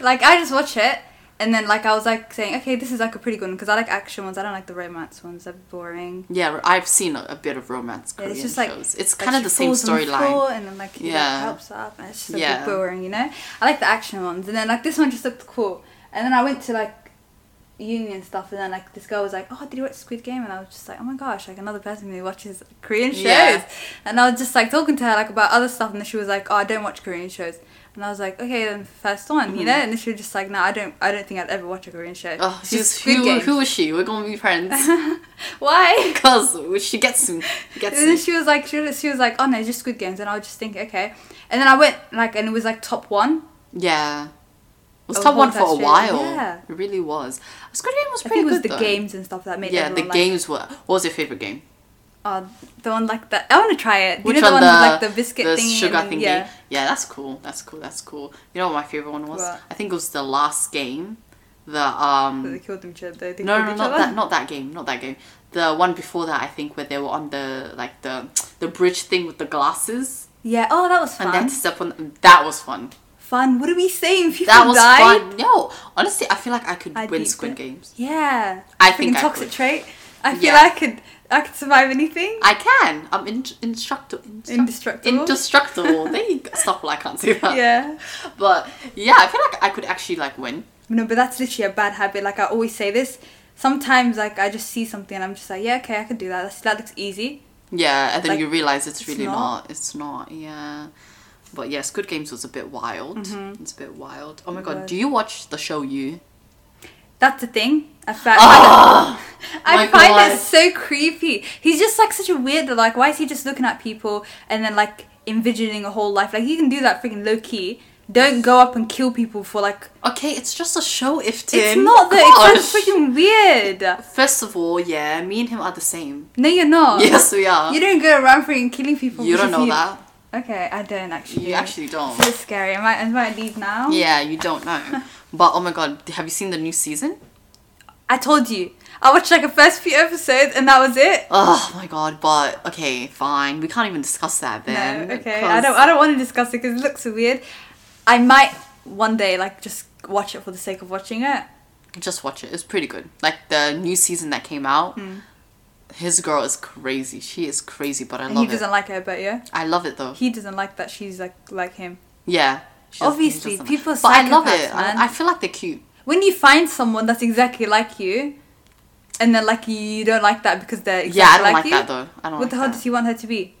Speaker 2: like I just watch it. And then, like, I was like saying, okay, this is like a pretty good one because I like action ones. I don't like the romance ones; they're boring.
Speaker 1: Yeah, I've seen a, a bit of romance
Speaker 2: Yeah,
Speaker 1: Korean
Speaker 2: it's just like
Speaker 1: shows. It's
Speaker 2: like
Speaker 1: kind of
Speaker 2: she
Speaker 1: the same
Speaker 2: falls on the
Speaker 1: storyline.
Speaker 2: floor and then like he
Speaker 1: Yeah.
Speaker 2: like, helps up, and it's just a
Speaker 1: Yeah.
Speaker 2: bit boring, you know. I like the action ones, and then like this one just looked cool. And then I went to like union and stuff, and then like this girl was like, "Oh, did you watch Squid Game?" And I was just like, "Oh my gosh!" Like another person who watches Korean shows,
Speaker 1: Yeah.
Speaker 2: and I was just like talking to her like about other stuff, and then she was like, "Oh, I don't watch Korean shows." And I was like, okay, then first one, you know. And then she was just like, no, I don't, I don't think I'd ever watch a Korean show.
Speaker 1: Mm-hmm. Oh,
Speaker 2: It's
Speaker 1: she's
Speaker 2: Squid
Speaker 1: who,
Speaker 2: Game.
Speaker 1: who is she? We're gonna be friends
Speaker 2: Why?
Speaker 1: because she gets me. Gets
Speaker 2: And then
Speaker 1: me.
Speaker 2: she was like, she was, she was like, oh no, it's just Squid Games, and I was just thinking, okay. And then I went like, and it was like top one.
Speaker 1: Yeah. It was
Speaker 2: Of
Speaker 1: top one
Speaker 2: Hot
Speaker 1: for a
Speaker 2: Fuzz Trail,
Speaker 1: while.
Speaker 2: Oh, yeah.
Speaker 1: It really was. Squid Game was
Speaker 2: I
Speaker 1: pretty
Speaker 2: think it was
Speaker 1: good
Speaker 2: the
Speaker 1: though.
Speaker 2: games and stuff that made
Speaker 1: Yeah, the
Speaker 2: everyone like,
Speaker 1: games were. What was your favorite game?
Speaker 2: oh, the one like that. I want to try it. You
Speaker 1: Which
Speaker 2: know the
Speaker 1: one?
Speaker 2: one with like the biscuit
Speaker 1: the
Speaker 2: thingy.
Speaker 1: sugar
Speaker 2: and,
Speaker 1: thingy.
Speaker 2: Yeah.
Speaker 1: Yeah. that's cool. That's cool. That's cool. You know what my favorite one was?
Speaker 2: What?
Speaker 1: I think it was the last game. The
Speaker 2: But they
Speaker 1: um.
Speaker 2: killed each other. They
Speaker 1: No,
Speaker 2: killed
Speaker 1: no,
Speaker 2: each
Speaker 1: not
Speaker 2: other.
Speaker 1: that. Not that game. Not that game. The one before that, I think, where they were on the like the the bridge thing with the glasses,
Speaker 2: Yeah. Oh, that was
Speaker 1: and they
Speaker 2: fun.
Speaker 1: had to step on. That was fun.
Speaker 2: Fun. What are we saying? People
Speaker 1: That was
Speaker 2: died.
Speaker 1: fun. No, honestly, I feel like I could
Speaker 2: I
Speaker 1: win
Speaker 2: beat
Speaker 1: Squid
Speaker 2: it.
Speaker 1: Games.
Speaker 2: Yeah.
Speaker 1: I
Speaker 2: Freaking
Speaker 1: think I
Speaker 2: toxic
Speaker 1: could.
Speaker 2: trait. I feel
Speaker 1: Yeah.
Speaker 2: I could. I could survive anything.
Speaker 1: I can. I'm in- instructor, instruct-
Speaker 2: Indestructible.
Speaker 1: Indestructible. there you go. Stop. Well, I can't say that.
Speaker 2: yeah.
Speaker 1: But yeah, I feel like I could actually like win.
Speaker 2: No, but that's literally a bad habit. Like I always say this. Sometimes, like I just see something and I'm just like, yeah, okay, I could do that. That's, that looks easy.
Speaker 1: Yeah, and then
Speaker 2: Like,
Speaker 1: you realize it's
Speaker 2: it's
Speaker 1: really not.
Speaker 2: not.
Speaker 1: It's not. Yeah. But yes, Good Games was a bit wild. It's a bit wild. Oh my
Speaker 2: Mm-hmm. It
Speaker 1: god,
Speaker 2: was.
Speaker 1: do you watch the show You?
Speaker 2: That's the thing. I find,
Speaker 1: Ah! My
Speaker 2: I find
Speaker 1: God.
Speaker 2: it so creepy. He's just like such a weirdo. Like, why is he just looking at people and then like envisioning a whole life? Like, you can do that freaking low key. Don't go up and kill people for like.
Speaker 1: Okay, it's just a show, Iftin.
Speaker 2: It's not that. It's so
Speaker 1: Gosh.
Speaker 2: freaking weird.
Speaker 1: First of all, yeah, me and him are the same.
Speaker 2: No, you're not.
Speaker 1: Yes, we are.
Speaker 2: Uh-huh. You don't go around freaking killing people.
Speaker 1: You don't
Speaker 2: because
Speaker 1: know that.
Speaker 2: Okay, I don't actually.
Speaker 1: You actually don't.
Speaker 2: It's so scary. Am I, am I might leave now?
Speaker 1: Yeah, you don't know. But oh my god, have you seen the new season?
Speaker 2: I told you. I watched like the first few episodes and that was it.
Speaker 1: Oh my god, but okay, fine. We can't even discuss that then.
Speaker 2: no, okay.
Speaker 1: 'cause-
Speaker 2: I don't. I don't want to discuss it because it looks weird. I might one day like just watch it for the sake of watching it.
Speaker 1: Just watch it. It's pretty good. Like the new season that came out,
Speaker 2: Hmm.
Speaker 1: his girl is crazy. She is crazy, but I
Speaker 2: And he
Speaker 1: love it.
Speaker 2: doesn't like her, but yeah,
Speaker 1: I love it though.
Speaker 2: he doesn't like that she's like like him.
Speaker 1: yeah. She doesn't- he
Speaker 2: Obviously,
Speaker 1: doesn't.
Speaker 2: people are
Speaker 1: But I love it.
Speaker 2: psychopaths, man.
Speaker 1: I, I feel like they're cute.
Speaker 2: When you find someone that's exactly like you, and then like you, you don't like that because they're exactly
Speaker 1: yeah, I don't like,
Speaker 2: you.
Speaker 1: that though. I don't.
Speaker 2: what
Speaker 1: like
Speaker 2: the hell
Speaker 1: that.
Speaker 2: does he want her to be?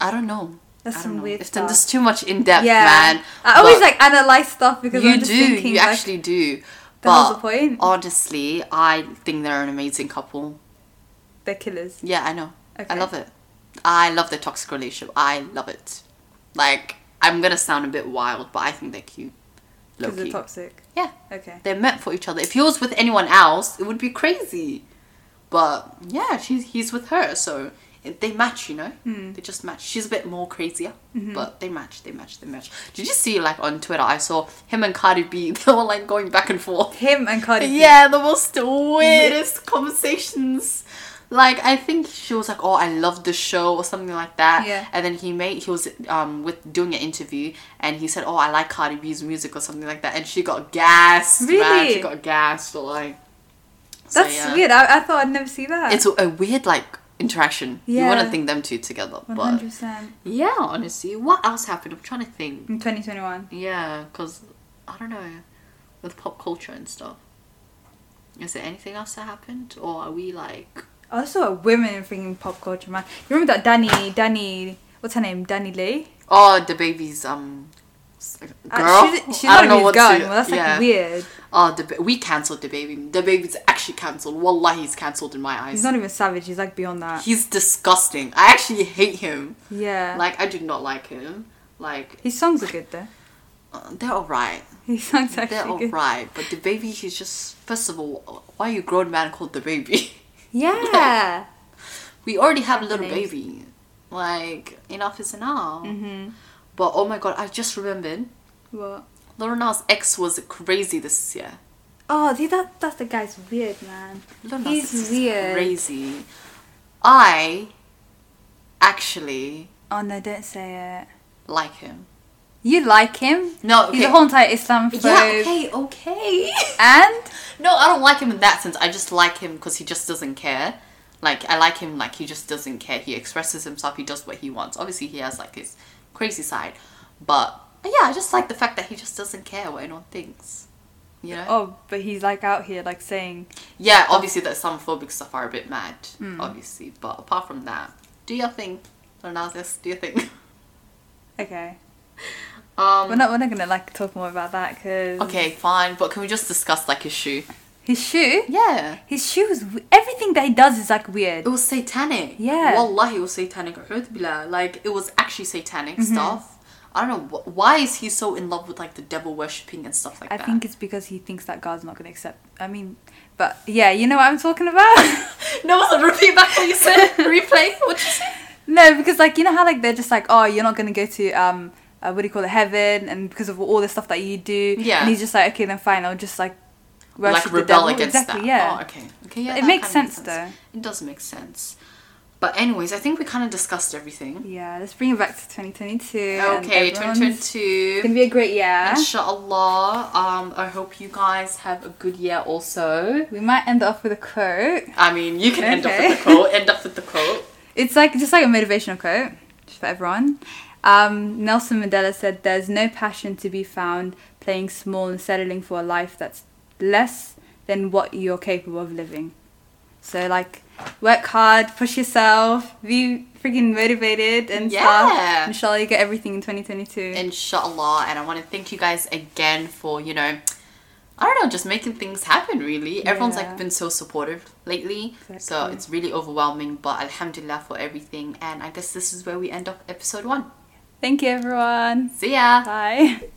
Speaker 1: I don't know.
Speaker 2: That's
Speaker 1: I don't
Speaker 2: some
Speaker 1: know.
Speaker 2: weird
Speaker 1: If
Speaker 2: stuff.
Speaker 1: there's too much in depth,
Speaker 2: yeah,
Speaker 1: man.
Speaker 2: I always
Speaker 1: But-
Speaker 2: like analyze stuff because
Speaker 1: you
Speaker 2: I'm just
Speaker 1: do.
Speaker 2: thinking
Speaker 1: you
Speaker 2: like,
Speaker 1: actually do.
Speaker 2: the hell's
Speaker 1: But
Speaker 2: the point?
Speaker 1: honestly, I think they're an amazing couple.
Speaker 2: they're killers.
Speaker 1: Yeah, I know. I
Speaker 2: Okay.
Speaker 1: love it. I love their toxic relationship. I love it. Like I'm gonna sound a bit wild, but I think they're cute. Low
Speaker 2: Because they're
Speaker 1: key.
Speaker 2: toxic.
Speaker 1: yeah,
Speaker 2: Okay.
Speaker 1: they're meant for each other. If he was with anyone else, it would be crazy. But yeah, she's he's with her, so it, they match. You know,
Speaker 2: Hmm.
Speaker 1: they just match. She's a bit more crazier,
Speaker 2: Mm-hmm.
Speaker 1: but they match. They match. They match. Did you see like on Twitter? I saw him and Cardi B. They were like going back and forth.
Speaker 2: Him and Cardi. B.
Speaker 1: Yeah, the most weirdest conversations. Like I think she was like, "Oh, I love the show" or something like that.
Speaker 2: Yeah.
Speaker 1: And then he made he was um with doing an interview and he said, "Oh, I like Cardi B's music" or something like that. And she got gassed. man.
Speaker 2: Really?
Speaker 1: She got gassed or like. so,
Speaker 2: That's
Speaker 1: yeah.
Speaker 2: weird. I, I thought I'd never see that.
Speaker 1: It's a, a weird like interaction. You
Speaker 2: Yeah.
Speaker 1: wouldn't think them two together,
Speaker 2: one
Speaker 1: but
Speaker 2: hundred percent
Speaker 1: yeah, honestly, what else happened? I'm trying to think.
Speaker 2: in twenty twenty one.
Speaker 1: Yeah, because I don't know, with pop culture and stuff. Is there anything else that happened, or are we like?
Speaker 2: Also, a women in freaking pop culture, man. You remember that Danny, Danny, what's her name? Danny Lee?
Speaker 1: Oh, the baby's um, s- girl.
Speaker 2: Uh, she's, she's
Speaker 1: I don't
Speaker 2: not
Speaker 1: know
Speaker 2: even
Speaker 1: what
Speaker 2: going.
Speaker 1: to-
Speaker 2: Well, that's
Speaker 1: yeah.
Speaker 2: like weird.
Speaker 1: Oh, the ba- we cancelled the baby. The baby's actually cancelled. Wallah, he's cancelled in my eyes.
Speaker 2: He's
Speaker 1: He's,
Speaker 2: not even savage. He's like beyond that.
Speaker 1: disgusting. I actually hate him.
Speaker 2: yeah.
Speaker 1: Like I do not like him. Like
Speaker 2: His songs are good though.
Speaker 1: uh, they're alright.
Speaker 2: His songs are
Speaker 1: They're
Speaker 2: actually good.
Speaker 1: alright. But the baby, he's just first of all, why are you a grown man called the baby?
Speaker 2: Yeah.
Speaker 1: We already have a little
Speaker 2: Names.
Speaker 1: baby. Like, enough is enough.
Speaker 2: mm-hmm.
Speaker 1: But oh my god, I just remembered
Speaker 2: What?
Speaker 1: Lil Nas X was crazy this year.
Speaker 2: Oh, dude, that that the guy's weird, man.
Speaker 1: Lil Nas X
Speaker 2: He's
Speaker 1: is
Speaker 2: weird.
Speaker 1: crazy. I actually
Speaker 2: Oh no, don't say it.
Speaker 1: like him.
Speaker 2: You like him?
Speaker 1: No,
Speaker 2: He's
Speaker 1: okay.
Speaker 2: a whole entire Islamophobe.
Speaker 1: yeah, okay, okay.
Speaker 2: And
Speaker 1: no, I don't like him in that sense. I just like him because he just doesn't care. Like, I like him, like, he just doesn't care. He expresses himself, he does what he wants. Obviously, he has, like, his crazy side. But, yeah, I just like the fact that he just doesn't care what anyone thinks. You know?
Speaker 2: oh, but he's like out here like saying
Speaker 1: Yeah, obviously the Islamophobic stuff are a bit mad, obviously. But apart from that, do your thing, Lil Nas X, Do your thing.
Speaker 2: okay.
Speaker 1: Um,
Speaker 2: We're not we're not gonna like talk more about that because
Speaker 1: okay, fine. But can we just discuss like his shoe?
Speaker 2: his shoe.
Speaker 1: Yeah,
Speaker 2: His shoes, everything that he does is like weird.
Speaker 1: it was satanic.
Speaker 2: Yeah.
Speaker 1: wallahi, it was satanic. A'udhu billah. Like it was actually satanic
Speaker 2: Mm-hmm.
Speaker 1: stuff. I don't know wh- why is he so in love with like the devil worshipping and stuff like
Speaker 2: I
Speaker 1: that.
Speaker 2: think it's because he thinks that God's not going to accept. I mean, but yeah, you know what I'm talking about?
Speaker 1: no, listen, repeat back what you said. Replay. What you say?
Speaker 2: no, because like you know how like they're just like, oh, you're not going to go to um, uh, what do you call it, heaven, and because of all the stuff that you do.
Speaker 1: Yeah.
Speaker 2: And he's just like, okay, then fine, I'll just like
Speaker 1: like
Speaker 2: worship the
Speaker 1: rebel
Speaker 2: devil."
Speaker 1: against
Speaker 2: exactly,
Speaker 1: that.
Speaker 2: Yeah.
Speaker 1: Oh, okay. Okay. Yeah.
Speaker 2: It
Speaker 1: that
Speaker 2: makes
Speaker 1: kinda
Speaker 2: sense, though.
Speaker 1: It does make sense. But anyways, I think we kind of discussed everything.
Speaker 2: Yeah. Let's bring it back to 2022. and
Speaker 1: Oh. Okay,
Speaker 2: everyone's- It's
Speaker 1: 2022.
Speaker 2: gonna be a great year.
Speaker 1: Inshallah. Um, I hope you guys have a good year. Also,
Speaker 2: We might end off with a quote.
Speaker 1: I mean, you can end up
Speaker 2: Okay.
Speaker 1: with the quote. End up with the quote.
Speaker 2: It's like just like a motivational quote just for everyone. Um, Nelson Mandela said, "There's no passion to be found playing small and settling for a life that's less than what you're capable of living." So like, work hard, push yourself, be freaking motivated and
Speaker 1: Yeah.
Speaker 2: stuff. Inshallah, you get everything in 2022.
Speaker 1: Inshallah. And I want to thank you guys again for, you know, I don't know, just making things happen really. Everyone's
Speaker 2: Yeah.
Speaker 1: like been so supportive lately. So
Speaker 2: Exactly.
Speaker 1: it's really overwhelming, but alhamdulillah for everything. And I guess this is where we end up episode one.
Speaker 2: Thank you, everyone.
Speaker 1: See ya.
Speaker 2: Bye.